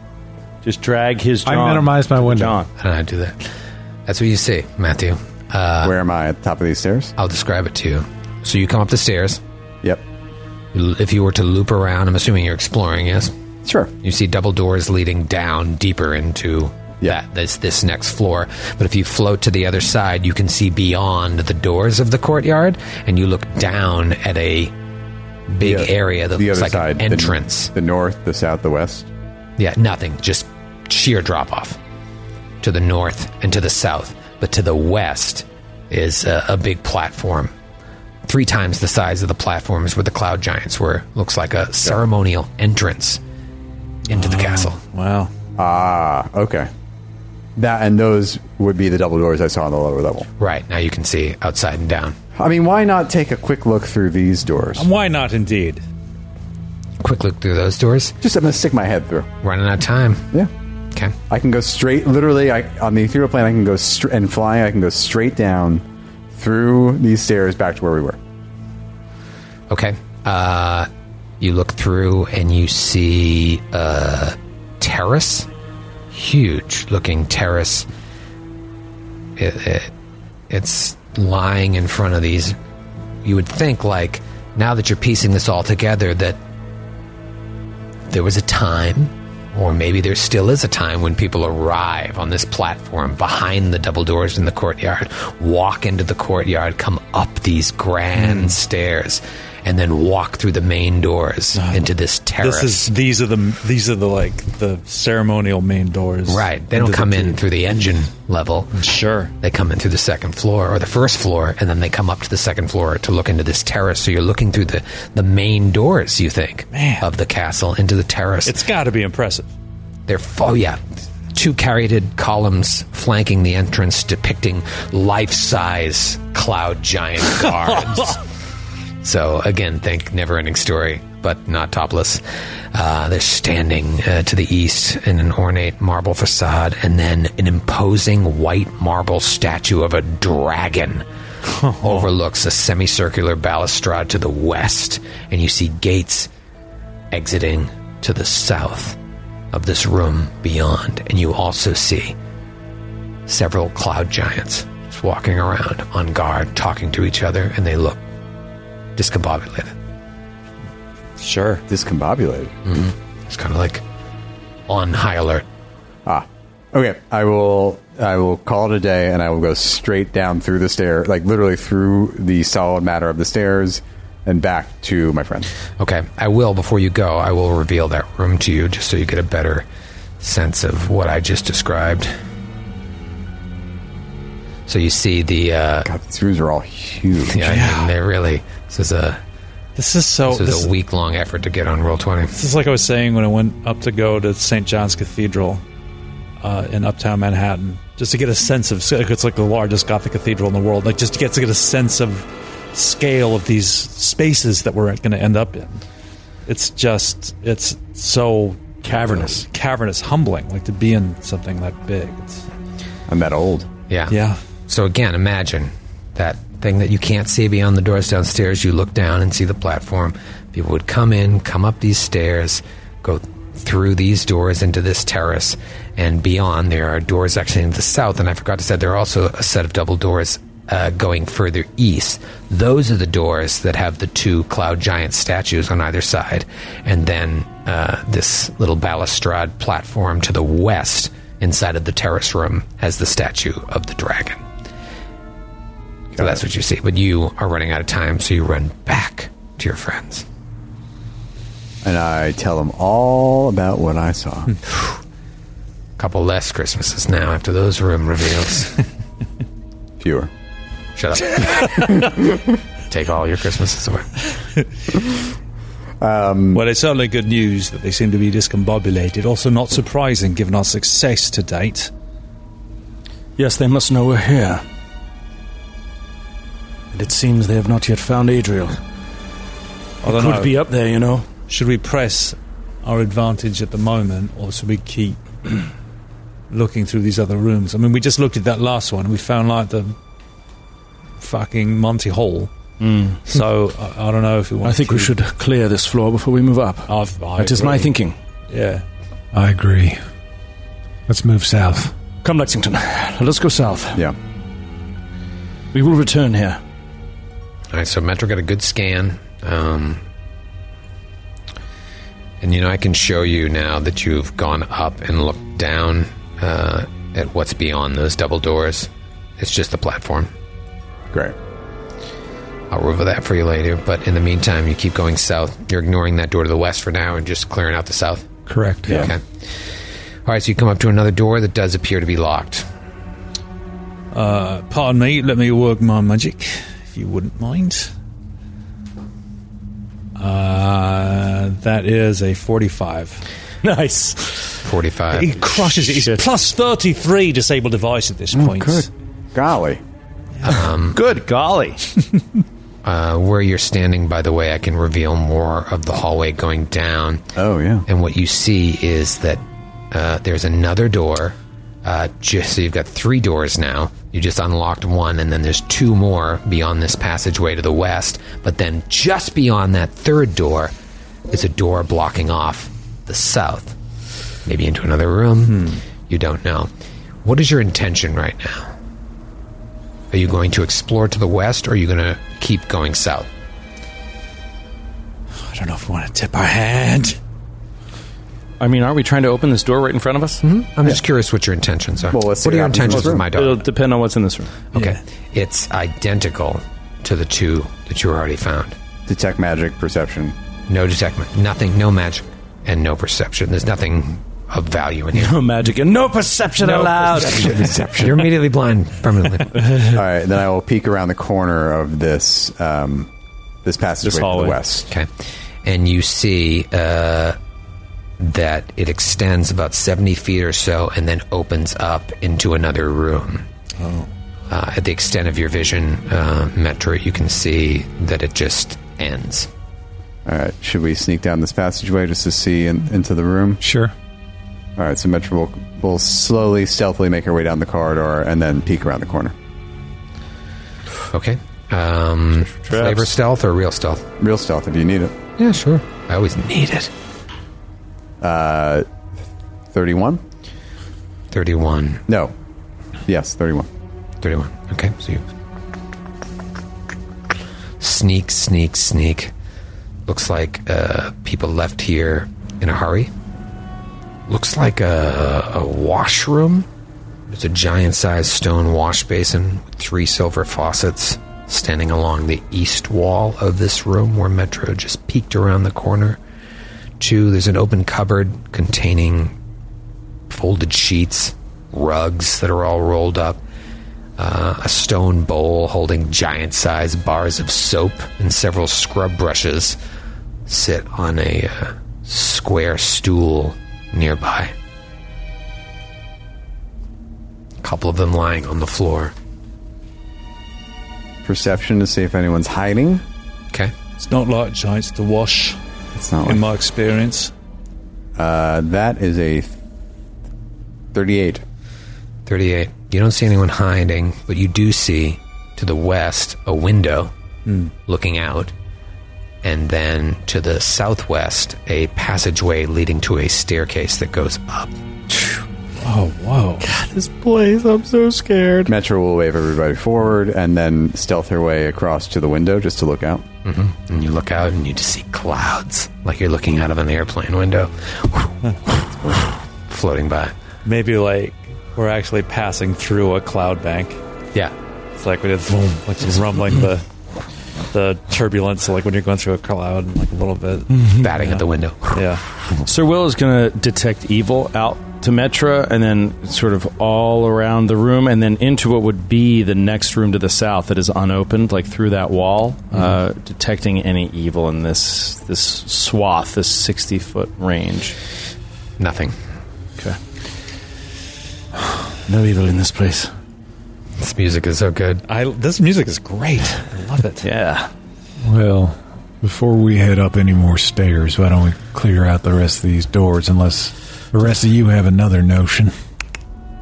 S4: Just drag his.
S7: I
S4: John
S7: minimized my
S4: to the
S7: window.
S4: John.
S5: How do I do that? That's what you see, Matthew. Uh,
S2: where am I at the top of these stairs?
S5: I'll describe it to you. So you come up the stairs.
S2: Yep,
S5: If you were to loop around, I'm assuming you're exploring, yes?
S2: sure.
S5: You see double doors leading down deeper into
S2: Yeah.
S5: that this this next floor. But if you float to the other side, you can see beyond the doors of the courtyard, and you look down at a big
S2: Yeah,
S5: area that
S2: the
S5: looks
S2: other
S5: like
S2: side,
S5: an
S2: the-
S5: entrance.
S2: The north, the south, the west.
S5: yeah, nothing, just sheer drop off to the north and to the south. But to the west is a, a big platform. Three times the size of the platforms where the cloud giants were. Looks like a ceremonial entrance into the castle.
S3: Wow.
S2: Ah, okay. That and those would be the double doors I saw on the lower level.
S5: Right, now you can see outside and down.
S2: I mean, why not take a quick look through these doors?
S3: Why not? Indeed.
S5: Quick look through those doors.
S2: Just I'm gonna stick my head through.
S5: Running out of time.
S2: Yeah,
S5: Okay.
S2: I can go straight. Literally, I, on the ethereal plane, I can go str- and flying. I can go straight down through these stairs back to where we were.
S5: Okay. Uh, you look through and you see uh, a terrace. Huge looking terrace. It, it, it's lying in front of these. You would think, like, now that you're piecing this all together, that there was a time, or maybe there still is a time, when people arrive on this platform behind the double doors in the courtyard, walk into the courtyard, come up these
S3: Hmm.
S5: grand stairs, and then walk through the main doors into this terrace.
S3: Uh, This is. These are the. These are the like the ceremonial main doors.
S5: right. They don't
S3: into the
S5: come in
S3: cave.
S5: through the engine level.
S3: Sure.
S5: They come in through the second floor or the first floor, and then they come up to the second floor to look into this terrace. So you're looking through the, the main doors, you think,
S3: Man.
S5: of the castle into the terrace.
S3: It's got to be impressive.
S5: They're oh yeah, two caryatid columns flanking the entrance depicting life-size cloud giant guards. So again, think never-ending story, but not topless. Uh, they're standing uh, to the east in an ornate marble facade, and then an imposing white marble statue of a dragon overlooks a semicircular balustrade to the west, and you see gates exiting to the south of this room beyond, and you also see several cloud giants just walking around on guard, talking to each other, and they look discombobulated.
S3: Sure.
S2: Discombobulated.
S5: hmm It's kind of like on high alert.
S2: Ah, okay. I will. I will call it a day, and I will go straight down through the stair, like literally through the solid matter of the stairs, and back to my friend.
S5: Okay, I will, before you go, I will reveal that room to you just so you get a better sense of what I just described. So you see the. Uh,
S2: God, these rooms are all huge.
S5: Yeah, I mean, they're really. This is a.
S3: This is so.
S5: This is
S3: this-
S5: a week long effort to get on roll twenty.
S3: This is like I was saying when I went up to go to St. John's Cathedral uh, in Uptown Manhattan, just to get a sense of it's like the largest Gothic cathedral in the world. Like just to get to get a sense of scale of these spaces that we're going to end up in. It's just it's so cavernous, cavernous, humbling. Like to be in something that big. It's,
S2: I'm that old.
S5: Yeah.
S3: Yeah.
S5: So again, imagine that thing that you can't see beyond the doors downstairs. You look down and see the platform. People would come in, come up these stairs, go through these doors into this terrace, and beyond there are doors actually into the south. And I forgot to say there are also a set of double doors. Uh, going further east, those are the doors that have the two cloud giant statues on either side, and then uh, this little balustrade platform to the west inside of the terrace room has the statue of the dragon. So that's what you see. But you are running out of time, so you run back to your friends.
S2: And I tell them all about what I saw.
S5: Couple less Christmases now after those room reveals.
S2: Fewer.
S5: Shut up. Take all your Christmases away.
S3: well, it's only good news that they seem to be discombobulated. Also, not surprising given our success to date.
S4: Yes, they must know we're here. And it seems they have not yet found Adriel.
S3: I don't
S4: Could
S3: know.
S4: be up there, you know.
S3: Should we press our advantage at the moment, or should we keep looking through these other rooms? I mean, we just looked at that last one. We found like the fucking Monty Hall. So I, I don't know if we want.
S4: Hmm. I think
S3: to
S4: we
S3: keep-
S4: should clear this floor before we move up.
S3: I've, I
S4: that is my
S3: agree.
S4: thinking.
S3: Yeah.
S7: I agree. Let's move south.
S4: Come, Lexington. Let's go south.
S2: Yeah.
S4: We will return here.
S5: All right, so Metro got a good scan. Um, and, you know, I can show you now that you've gone up and looked down uh, at what's beyond those double doors. It's just the platform.
S2: Great.
S5: I'll reveal that for you later. But in the meantime, you keep going south. You're ignoring that door to the west for now and just clearing out the south.
S7: Correct.
S5: Okay. All right, so you come up to another door that does appear to be locked.
S3: Uh, pardon me. Let me work my magic, if you wouldn't mind. Uh, that is a forty-five.
S8: Nice.
S5: 45.
S3: He crushes it. He's plus thirty-three disabled device at this point.
S2: Good. Golly.
S9: Good golly.
S5: Uh, where you're standing, by the way, I can reveal more of the hallway going down.
S2: Oh yeah.
S5: And what you see is that uh, there's another door. Uh, just so you've got three doors now. You just unlocked one, and then there's two more beyond this passageway to the west. But then just beyond that third door is a door blocking off the south. Maybe into another room.
S2: Hmm.
S5: You don't know. What is your intention right now? Are you going to explore to the west, or are you going to keep going south?
S3: I don't know if we want to tip our hand.
S9: I mean, aren't we trying to open this door right in front of us?
S4: Mm-hmm.
S5: I'm just curious what your intentions are.
S2: Well, let's see
S5: what are
S2: what
S5: your
S2: happens in
S5: intentions
S2: this
S5: with my dog?
S9: It'll depend on what's in this room.
S5: Okay. It's identical to the two that you already found.
S2: Detect magic, perception.
S5: No detect, ma- nothing, no magic, and no perception. There's nothing of value in here.
S4: No magic and no perception allowed.
S5: You're immediately blind permanently.
S2: All right. Then I will peek around the corner of this um, this passageway to the
S9: hallway.
S2: west.
S5: okay. And you see uh, that it extends about 70 feet or so and then opens up into another room. Oh. Uh, at the extent of your vision, uh, Metro, you can see that it just ends.
S2: All right. Should we sneak down this passageway just to see in, into the room?
S7: Sure.
S2: All right. So Metro will, will slowly, stealthily make her way down the corridor and then peek around the corner.
S5: Okay. Um, flavor stealth or real stealth?
S2: Real stealth if you need it.
S5: Yeah, sure. I always need it.
S2: Uh, 31?
S5: 31.
S2: No. Yes, 31.
S5: 31. Okay, so you sneak, sneak, sneak. Looks like uh, people left here in a hurry. Looks like a, a washroom. There's a giant sized stone wash basin with three silver faucets standing along the east wall of this room where Metro just peeked around the corner. Two, there's an open cupboard containing folded sheets, rugs that are all rolled up, uh, a stone bowl holding giant sized bars of soap, and several scrub brushes sit on a uh, square stool nearby. A couple of them lying on the floor.
S2: Perception to see if anyone's hiding.
S5: Okay.
S3: It's not like giants to wash.
S2: It's not
S3: in
S2: like-
S3: my experience.
S2: Uh, that is a 38.
S5: 38. You don't see anyone hiding, but you do see to the west a window looking out, and then to the southwest a passageway leading to a staircase that goes up.
S3: Oh, whoa.
S10: This place, I'm so scared.
S2: Metro will wave everybody forward and then stealth her way across to the window just to look out.
S5: hmm And you look out and you just see clouds, like you're looking out of an airplane window, floating by.
S3: Maybe like we're actually passing through a cloud bank.
S5: Yeah.
S3: It's like we did boom, like just rumbling the the turbulence, like when you're going through a cloud, like a little bit.
S5: Batting at the window.
S3: Yeah.
S4: Sir Will is going to detect evil out to Metra and then sort of all around the room and then into what would be the next room to the south that is unopened, like through that wall, uh, detecting any evil in this this swath, this sixty foot range.
S5: Nothing.
S4: Okay.
S10: No evil in this place.
S5: This music is so good.
S3: I this music is great. I love it.
S4: Yeah.
S7: Well, before we head up any more stairs, why don't we clear out the rest of these doors unless the rest of you have another notion?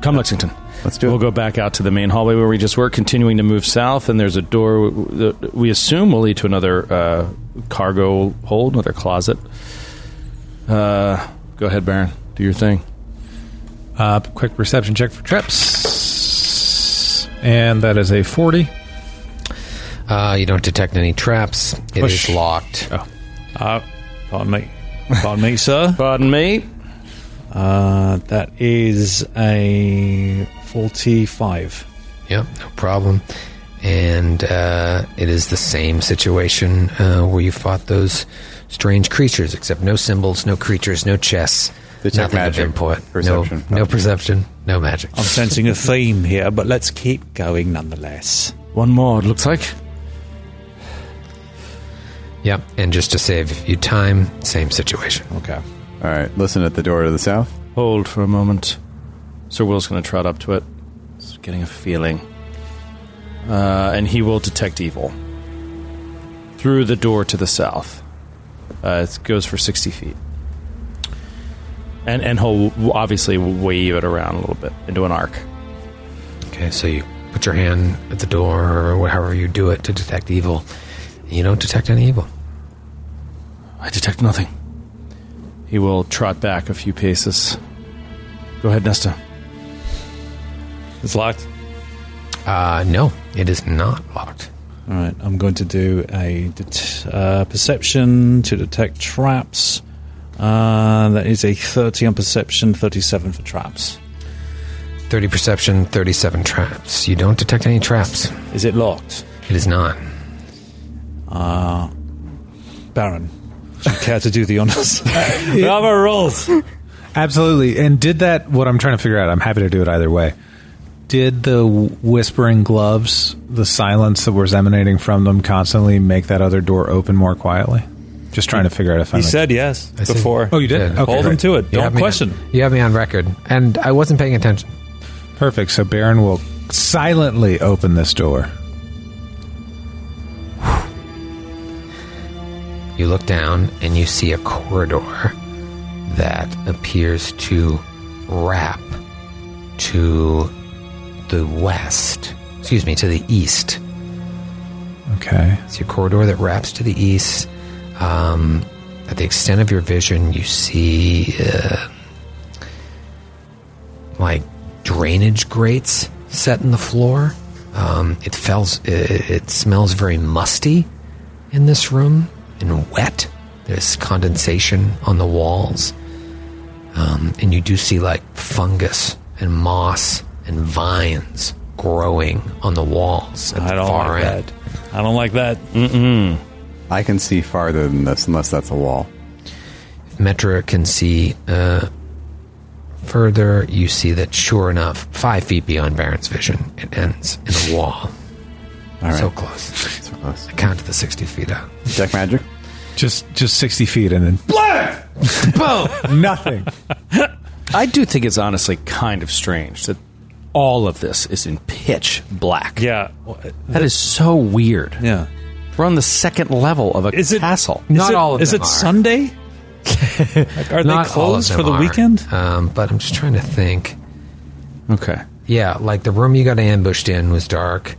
S4: Come, Lexington.
S2: Let's do it.
S4: We'll go back out to the main hallway where we just were, continuing to move south, and there's a door w- w- that we assume will lead to another uh, cargo hold, another closet. Uh, go ahead, Baron. Do your thing.
S7: Uh, quick perception check for traps. And that is a 40.
S5: Uh, you don't detect any traps. It is
S7: Push.
S5: locked.
S3: Uh, pardon me. Pardon me, sir.
S4: Pardon me.
S3: Uh, that is a forty-five.
S5: Yep, no problem. And uh, it is the same situation uh, where you fought those strange creatures, except no symbols, no creatures, no chests,
S2: Detect
S5: nothing
S2: magic,
S5: of import,
S2: perception.
S5: no, no perception, no magic.
S3: I'm sensing a theme here, but let's keep going nonetheless.
S10: One more, it looks like.
S5: Yep, and just to save you time, same situation.
S3: Okay.
S2: All right. Listen at the door to the south.
S4: Hold for a moment. Sir Will's going to trot up to it. He's getting a feeling. Uh, and he will detect evil through the door to the south. Uh, it goes for 60 feet. And, and he'll w- obviously wave it around a little bit into an arc.
S5: Okay, so you put your hand at the door or however you do it to detect evil. You don't detect any evil.
S4: I detect nothing. He will trot back a few paces. Go ahead, Nesta.
S3: It's locked.
S5: Uh, no, it is not locked.
S3: All right, I'm going to do a det- uh, perception to detect traps. Uh, that is a 30 on perception, 37 for traps.
S5: 30 perception, 37 traps. You don't detect any traps.
S3: Is it locked?
S5: It is not.
S3: Baron, do you care to do the honors? the other rolls.
S7: Absolutely. And did that, what I'm trying to figure out, I'm happy to do it either way. Did the whispering gloves, the silence that was emanating from them constantly, make that other door open more quietly? Just trying to figure out if
S3: He
S7: I'm.
S3: said yes
S5: I see.
S3: before.
S7: oh, you did.
S5: Yeah.
S7: Okay,
S3: Hold him
S7: great.
S3: to it.
S5: You
S3: Don't
S5: have me on-
S3: question.
S5: you have me on record, and I wasn't paying attention.
S7: Perfect. So Baron will silently open this door.
S5: You look down and you see a corridor that appears to wrap to the west. Excuse me, to the east.
S7: Okay.
S5: It's your corridor that wraps to the east. Um, at the extent of your vision, you see uh, like drainage grates set in the floor. Um, it, fells, it, it smells very musty in this room and wet. There's condensation on the walls. Um, and you do see like fungus and moss and vines growing on the walls at
S3: I
S5: the
S3: don't
S5: far
S3: like
S5: end.
S3: that. I don't like that.
S2: I can see farther than this, unless that's a wall.
S5: Metra can see uh, further. You see that, sure enough, five feet beyond Baron's vision, it ends in a wall. So close.
S2: That's close.
S5: Count to the 60 feet out.
S2: Deck magic.
S7: Just just sixty feet and then boom, nothing.
S4: I do think it's honestly kind of strange that all of this is in pitch black.
S3: Yeah.
S4: That is so weird.
S3: Yeah.
S4: We're on the second level of a
S3: Is it-
S4: castle.
S5: Not
S3: is it,
S5: all of
S3: Is
S5: them
S3: it
S5: are.
S3: Sunday? like, are
S5: Not
S3: they
S5: all of
S3: closed
S5: them
S3: for the
S5: are.
S3: weekend?
S5: Um, but I'm just trying to think.
S4: Okay.
S5: Yeah, like the room you got ambushed in was dark.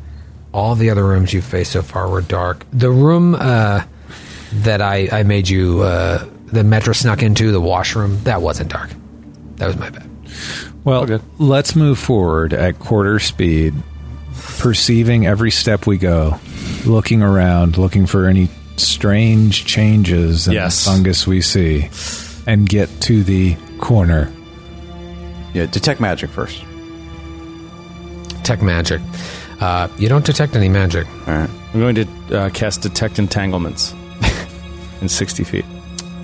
S5: All the other rooms you faced so far were dark. The room uh, that I, I made you, uh, the Metra snuck into, the washroom, that wasn't dark. That was my bad.
S7: Well, let's move forward at quarter speed, perceiving every step we go, looking around, looking for any strange changes in
S4: Yes.
S7: the fungus we see, and get to the corner.
S2: Yeah, detect magic first.
S5: Tech magic. Uh, you don't detect any magic.
S2: All right.
S4: I'm going to uh, cast Detect Entanglements in 60 feet.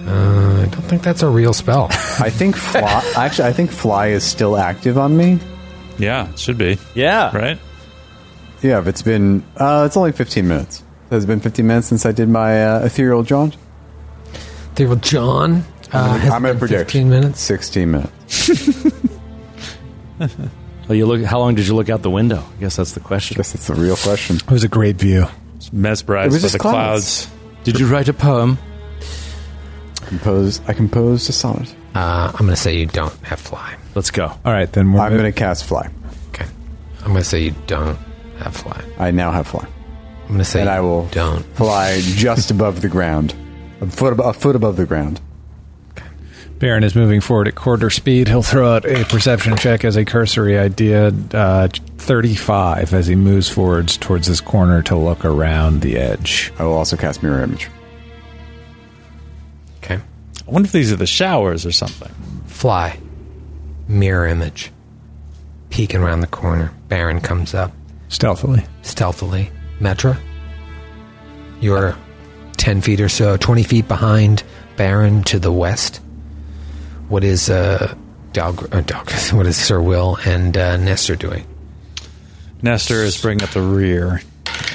S5: Uh, I don't think that's a real spell.
S2: I think fly. actually, I think fly is still active on me.
S3: Yeah, it should be.
S4: Yeah.
S3: Right?
S2: Yeah, but it's been uh, it's only fifteen minutes. It's been fifteen minutes since I did my uh, ethereal jaunt.
S5: They were John. Uh, has
S2: I'm gonna
S5: it been
S2: predict.
S5: Fifteen minutes.
S2: Sixteen minutes.
S4: Well, you look. How long did you look out the window? I guess that's the
S2: I
S4: question.
S2: guess that's the real question.
S7: It was a great view.
S3: It's mesmerized
S2: It was
S3: by
S2: just
S3: the
S2: clouds.
S3: clouds.
S4: Did you write a poem?
S2: Compose. I composed a sonnet.
S5: Uh, I'm going to say you don't have fly.
S4: Let's go.
S7: All right, then we're
S2: I'm going to cast fly.
S5: Okay. I'm going to say you don't have fly.
S2: I now have fly,
S5: I'm going to say
S2: and I
S5: you
S2: will
S5: don't.
S2: fly just above the ground, a foot ab- a foot above the ground.
S7: Baron is moving forward at quarter speed. He'll throw out a perception check as a cursory idea, uh, 35, as he moves forwards towards this corner to look around the edge.
S2: I will also cast mirror image.
S5: Okay.
S3: I wonder if these are the showers or something.
S5: Fly. Mirror image. Peeking around the corner. Baron comes up
S7: Stealthily.
S5: stealthily. Metra. You're 10 feet or so, 20 feet behind Baron to the west. What is uh, Dalgr- uh, Dalgr- what is Sir Will and uh, Nestor doing?
S3: Nestor is bringing up the rear,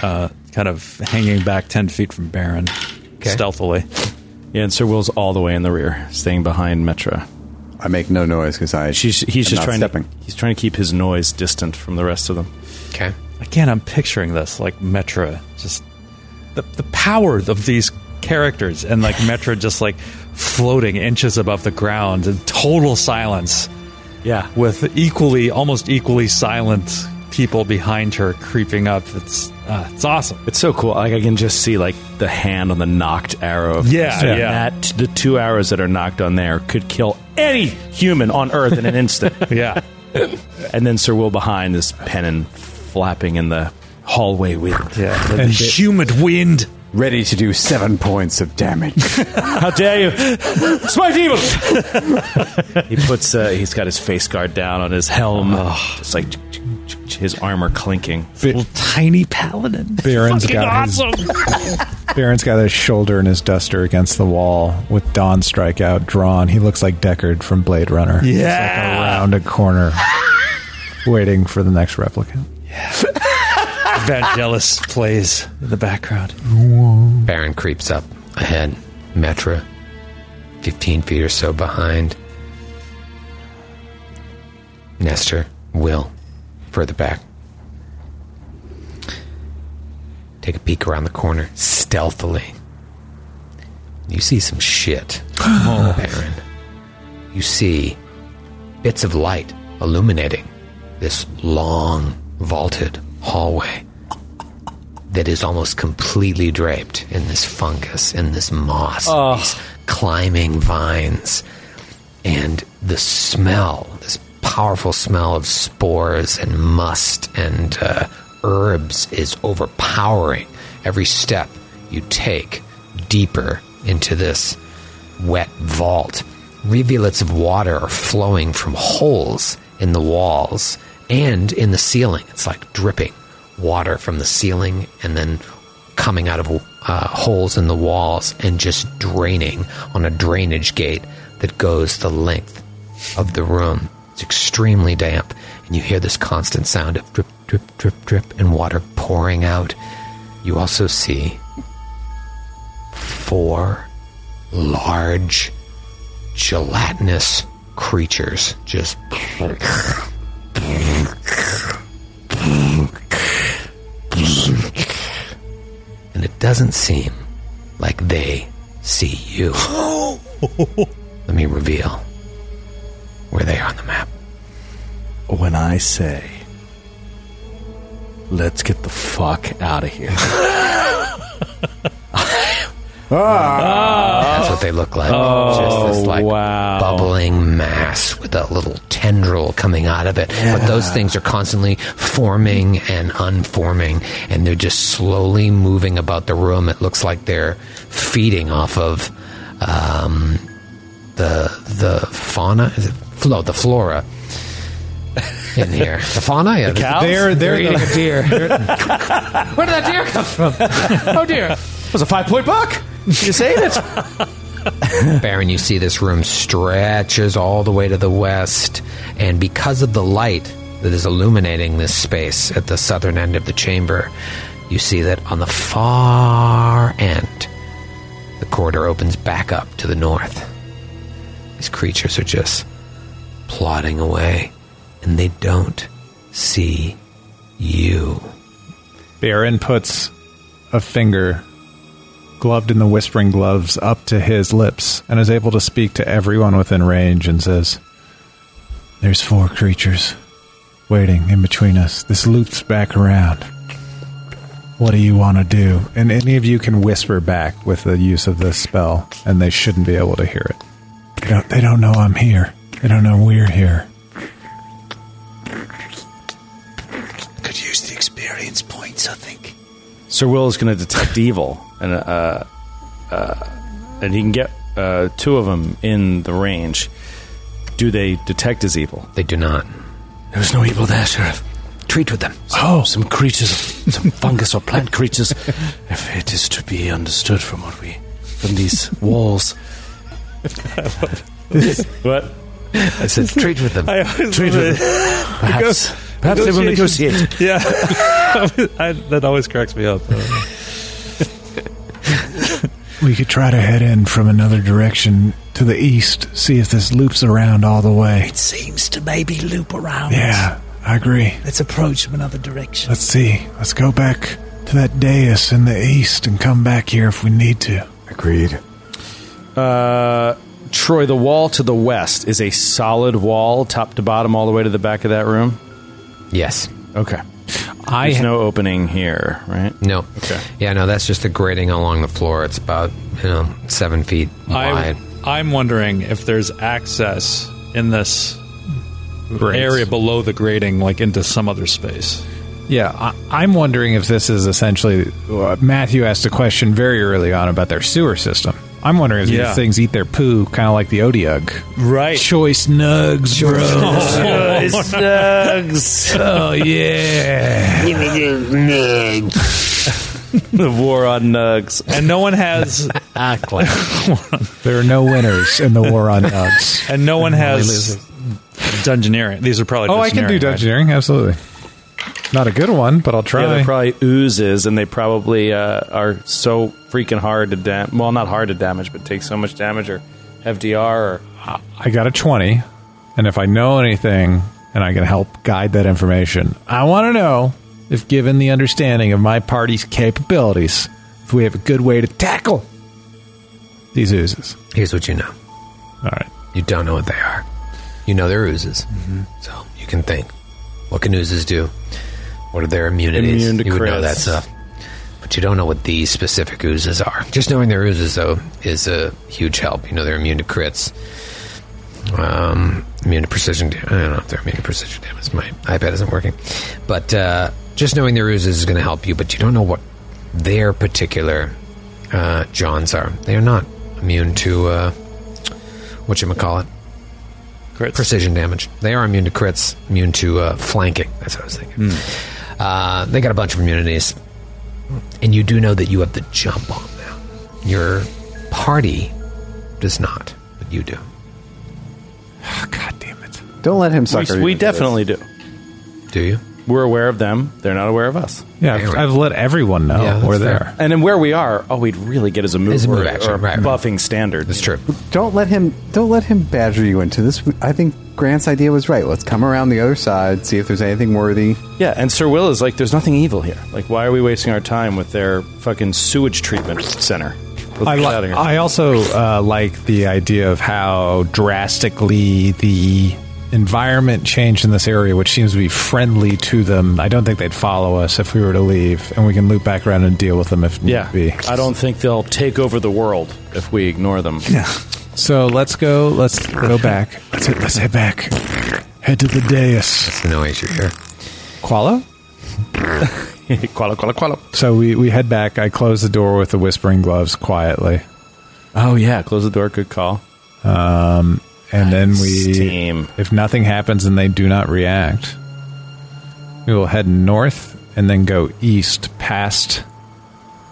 S3: uh, kind of hanging back 10 feet from Baron, stealthily.
S4: Yeah, and Sir Will's all the way in the rear, staying behind Metra.
S2: I make no noise because I.
S4: She's, he's
S2: am
S4: just
S2: not
S4: trying
S2: stepping.
S4: to. He's trying to keep his noise distant from the rest of them.
S5: Okay.
S3: Again, I'm picturing this like Metra, just the, the power of these characters, and like Metra just like floating inches above the ground in total silence
S4: Yeah.
S3: with equally, almost equally silent people behind her creeping up. It's, uh, it's awesome.
S4: It's so cool. Like I can just see like the hand on the knocked arrow. Of
S3: Yeah,
S4: And
S3: yeah.
S4: That the two arrows that are knocked on there could kill any human on Earth in an instant.
S3: Yeah.
S4: and then Sir Will behind is pennon flapping in the hallway wind.
S3: yeah. The humid wind.
S2: Ready to do seven points of damage.
S4: How dare you, smite evil! he puts. Uh, he's got his face guard down on his helm. It's like his armor clinking.
S3: Little tiny paladin.
S7: Baron's
S3: Fucking
S7: got his-
S3: awesome.
S7: Baron's got his shoulder and his duster against the wall with Dawn Strikeout drawn. He looks like Deckard from Blade Runner. He's, like,
S3: Yeah.
S7: around a corner, waiting for the next replicant.
S3: Vangelis plays uh, in the background.
S5: Baron creeps up ahead. Metra, 15 feet or so behind. Nestor, Will, further back. Take a peek around the corner stealthily. You see some shit, Baron. You see bits of light illuminating this long, vaulted hallway that is almost completely draped in this fungus, in this moss, and these climbing vines, and the smell, this powerful smell of spores and must and uh, herbs is overpowering. Every step you take deeper into this wet vault, rivulets of water are flowing from holes in the walls and in the ceiling. It's like dripping water from the ceiling and then coming out of uh, holes in the walls and just draining on a drainage gate that goes the length of the room. It's extremely damp, and you hear this constant sound of drip, drip, drip, drip, and water pouring out. You also see four large gelatinous creatures just and it doesn't seem like they see you. Let me reveal where they are on the map.
S4: When I say, let's get the fuck out of here.
S5: That's what they look like. Just this like bubbling mass with a little tendril coming out of it. But those things are constantly forming and unforming, and they're just slowly moving about the room. It looks like they're feeding off of um, the the fauna, is it, no, the flora. In here, the fauna, yeah, the
S7: They're, they're the-
S5: a deer. Where did that deer come from? Oh dear.
S4: was a five point buck. You just ate it.
S5: Baron, you see this room stretches all the way to the west, and because of the light that is illuminating this space at the southern end of the chamber, you see that on the far end, the corridor opens back up to the north. These creatures are just plodding away, and they don't see you.
S7: Baron puts a finger gloved in the whispering gloves up to his lips and is able to speak to everyone within range and says, There's four creatures waiting in between us. This loops back around. What do you want to do? And any of you can whisper back with the use of this spell, and they shouldn't be able to hear it. They don't, they don't know I'm here. They don't know we're here.
S11: Could use the experience points, I think.
S9: Sir Will is going to detect evil, and uh, uh, and he can get uh, two of them in the range. Do they detect as evil?
S5: They do not.
S11: There was no evil there, Sheriff.
S5: Treat with them.
S11: Oh, some creatures, some fungus or plant creatures, if it is to be understood from what we, from these walls.
S9: What?
S5: I said, treat with them.
S11: Treat with Perhaps, perhaps they will negotiate.
S3: Yeah, I, that always cracks me up.
S7: We could try to head in from another direction to the east, see if this loops around all the way.
S11: It seems to maybe loop around.
S7: Yeah, I agree.
S11: Let's approach from another direction.
S7: Let's see. Let's go back to that dais in the east and come back here if we need to.
S2: Agreed.
S9: Uh, Troy, the wall to the west is a solid wall, top to bottom, all the way to the back of that room.
S5: Yes.
S9: Okay.
S6: I
S9: There's no opening here, right?
S5: No. Okay. Yeah, no, that's just the grating along the floor. It's about, you know, seven feet wide.
S3: I'm, I'm wondering if there's access in this area below the grating, like into some other space.
S7: Yeah, I, I'm wondering if this is essentially. Uh, Matthew asked a question very early on about their sewer system. I'm wondering if
S3: Yeah.
S7: these things eat their poo, kind of like the Odiug.
S3: Right.
S7: Choice nugs, bro. oh yeah.
S9: the war on nugs.
S3: And no one has,
S7: There are no winners in the war on nugs.
S3: and no one has dungeoneering. These are probably.
S7: Oh, I can do
S3: dungeoneering, right?
S7: dungeoneering, absolutely. Not a good one, but I'll try.
S9: Yeah, they're probably oozes, and they probably uh, are so freaking hard to dam. Well, not hard to damage, but take so much damage or FDR or
S7: I got a 20, and if I know anything and I can help guide that information, I want to know if, given the understanding of my party's capabilities, if we have a good way to tackle these oozes.
S5: Here's what you know.
S7: All right.
S5: You don't know what they are. You know they're oozes.
S9: Mm-hmm.
S5: So you can think. What can oozes do? What are their immunities?
S9: Immune to
S5: you would know that
S9: crits.
S5: stuff. But you don't know what these specific oozes are. Just knowing their oozes, though, is a huge help. You know they're immune to crits. Um, immune to precision. Da- I don't know if they're immune to precision damage. My iPad isn't working. But uh, just knowing their oozes is going to help you, but you don't know what their particular uh, Johns are. They are not immune to uh, what you call it precision damage. They are immune to crits, immune to uh, flanking. That's what I was thinking. Uh, they got a bunch of immunities, and you do know that you have the jump on now. Your party does not, but you do.
S2: Don't let him
S9: we,
S2: sucker you
S9: we
S2: into this.
S9: definitely do.
S5: Do you?
S9: We're aware of them. They're not aware of us.
S7: Yeah, I've, I've let everyone know
S5: Yeah, that's
S7: we're
S5: fair.
S7: there.
S9: And then where we are, all we'd really get is a move,
S5: Is a move
S9: or,
S5: action,
S9: or a
S5: right.
S9: buffing standard.
S5: That's true.
S2: Don't let him. Don't let him badger you into this. I think Grant's idea was right. Let's come around the other side, see if there's anything worthy.
S9: Yeah, and Sir Will is like, there's nothing evil here. Like, why are we wasting our time with their fucking sewage treatment center? Let's
S7: I,
S9: get
S7: li-
S9: out of here.
S7: I also uh, like the idea of how drastically the environment changed in this area, which seems to be friendly to them. I don't think they'd follow us if we were to leave, and we can loop back around and deal with them if need
S9: yeah,
S7: be.
S9: I don't think they'll take over the world if we ignore them.
S7: So let's go. Let's go back. Let's head, let's head back. Head to the dais.
S5: It's the noise you hear.
S7: Qualo.
S9: Qualo, qualo, qualo.
S7: So we, we head back. I close the door with the whispering gloves quietly,
S9: Oh yeah, close the door. Good call.
S7: and then we.
S9: Steam.
S7: If nothing happens and they do not react, we will head north and then go east past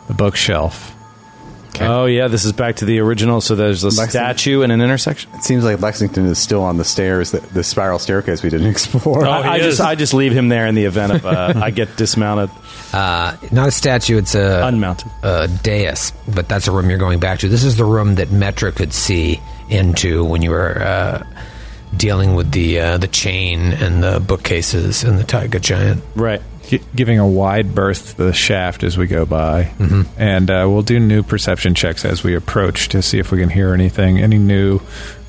S7: the bookshelf.
S9: Oh yeah, this is back to the original. So there's a
S2: Lexington.
S9: statue and an intersection.
S2: It seems like Lexington is still on the stairs, the, the spiral staircase we didn't explore.
S9: I, I just I just leave him there in the event of uh, I get dismounted,
S5: Uh, not a statue, it's a,
S9: unmounted.
S5: a uh, dais, but that's a room you're going back to. This is the room that Metra could see into when you were uh, dealing with the uh, the chain and the bookcases and the Taiga giant.
S9: Right.
S7: G- giving a wide berth to the shaft as we go by. And uh, we'll do new perception checks as we approach to see if we can hear anything, any new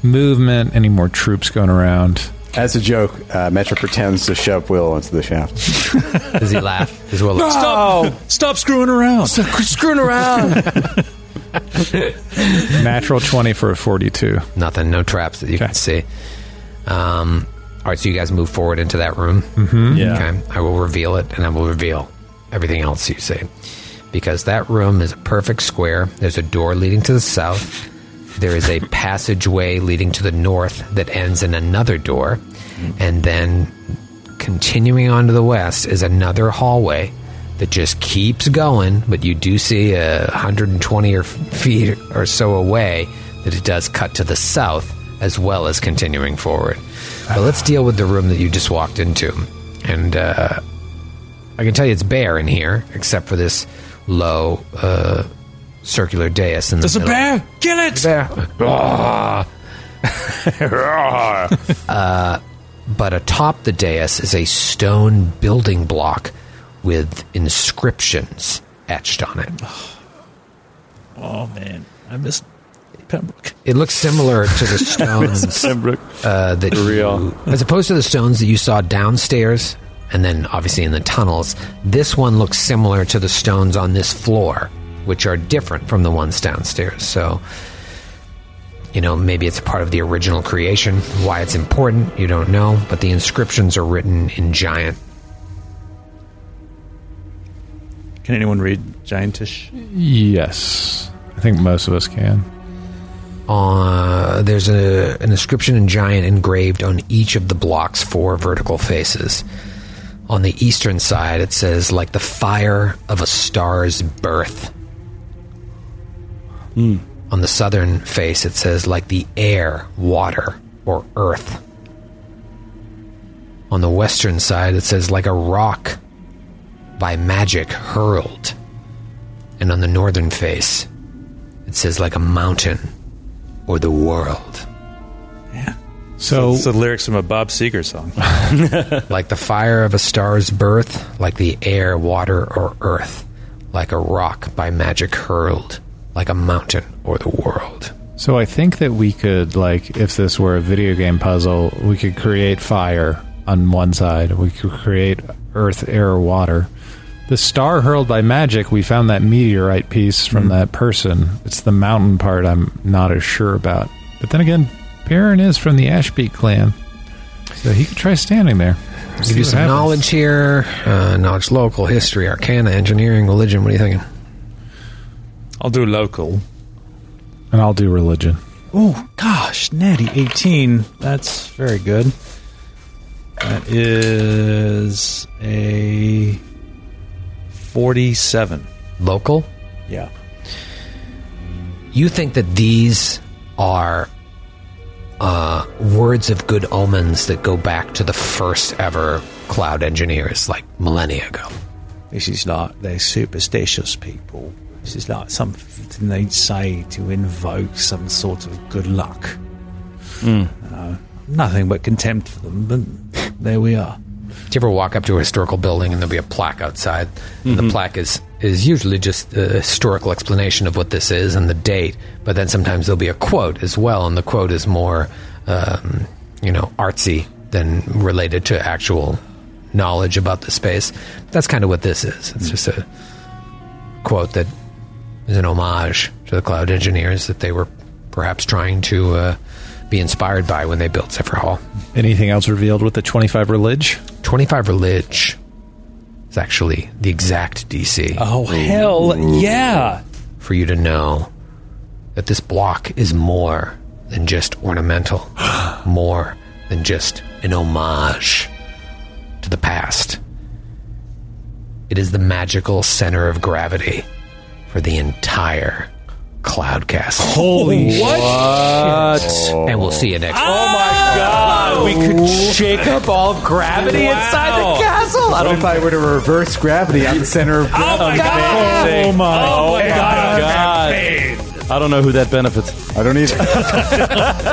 S7: movement, any more troops going around.
S2: As a joke, uh, Metro pretends to shove Will into the shaft.
S5: Does he laugh? Does Will laugh?
S3: Stop, stop screwing around.
S5: screwing around.
S7: Natural 20 for a 42.
S5: Nothing. No traps that you
S7: Okay.
S5: can see. Um, all right, so you guys move forward into that room.
S3: Mm-hmm.
S9: Yeah.
S5: Okay. I will reveal it, and I will reveal everything else you see, because that room is a perfect square. There's a door leading to the south. There is a passageway leading to the north that ends in another door, and then continuing on to the west is another hallway that just keeps going. But you do see a 120 or f- feet or so away that it does cut to the south as well as continuing forward. But let's
S3: Ah.
S5: deal with the room that you just walked into, and uh, I can tell you it's bare in here except for this low uh, circular dais in the
S3: There's a
S5: middle.
S3: bear. Kill it.
S5: Uh, but atop the dais is a stone building block with inscriptions etched on it.
S3: Oh man, I miss Pembroke.
S5: It looks similar to the stones uh, that you, as opposed to the stones that you saw downstairs and then obviously in the tunnels. This one looks similar to the stones on this floor, which are different from the ones downstairs. So, you know, maybe it's a part of the original creation. Why it's important, you don't know, but the inscriptions are written in giant
S3: Can anyone read Giantish?
S7: Yes. I think most of us can.
S5: Uh, there's a, an inscription in giant engraved on each of the block's four vertical faces. On the eastern side, it says, like the fire of a star's birth. On the southern face, it says, like the air, water, or earth. On the western side, it says, like a rock by magic hurled. And on the northern face, it says like a mountain or the world.
S12: Oh.
S7: So
S3: it's the lyrics from a Bob Seger song.
S5: like the fire of a star's birth, like the air, water, or earth, like a rock by magic hurled, like a mountain or the world.
S7: So I think that we could like if this were a video game puzzle, we could create fire on one side. We could create earth, air, water. The star hurled by magic, we found that meteorite piece
S5: Hmm.
S7: from that person. It's the mountain part I'm not as sure about. But then again, Perrin is from the Ashbeak clan. So he could try standing there.
S5: I'll
S7: See
S5: give you
S7: what
S5: some
S7: happens.
S5: knowledge here uh, knowledge, local, history, arcana, engineering, religion. What are you thinking?
S3: I'll do local.
S7: And I'll do religion.
S3: Oh gosh, Natty eighteen. That's very good. That is a forty-seven.
S5: Local?
S3: Yeah.
S5: You think that these are uh, words of good omens that go back to the first ever cloud engineers, like millennia ago.
S12: This is like they're superstitious people. This is like something they'd say to invoke some sort of good luck.
S3: Hmm.
S12: Uh, nothing but contempt for them, but there we are.
S5: Do you ever walk up to a historical building and there'll be a plaque outside? And the plaque is, is usually just a historical explanation of what this is and the date, but then sometimes there'll be a quote as well, and the quote is more, um, you know, artsy than related to actual knowledge about the space. That's kind of what this is. It's just a quote that is an homage to the cloud engineers that they were perhaps trying to uh, be inspired by when they built Zephyr Hall.
S7: Anything else revealed with the 25 religion?
S5: 25 Reliege is actually the exact DC.
S3: Oh hell yeah!
S5: For you to know that this block is more than just ornamental, more than just an homage to the past. It is the magical center of gravity for the entire Cloud Castle.
S9: Holy what?
S5: And we'll see you next
S9: Oh my god! We could shake up all gravity inside the castle. I
S13: What
S9: don't
S13: if I were to reverse gravity on the center of gravity?
S9: Oh my god! Oh my, god. I don't know who that benefits.
S13: I don't either.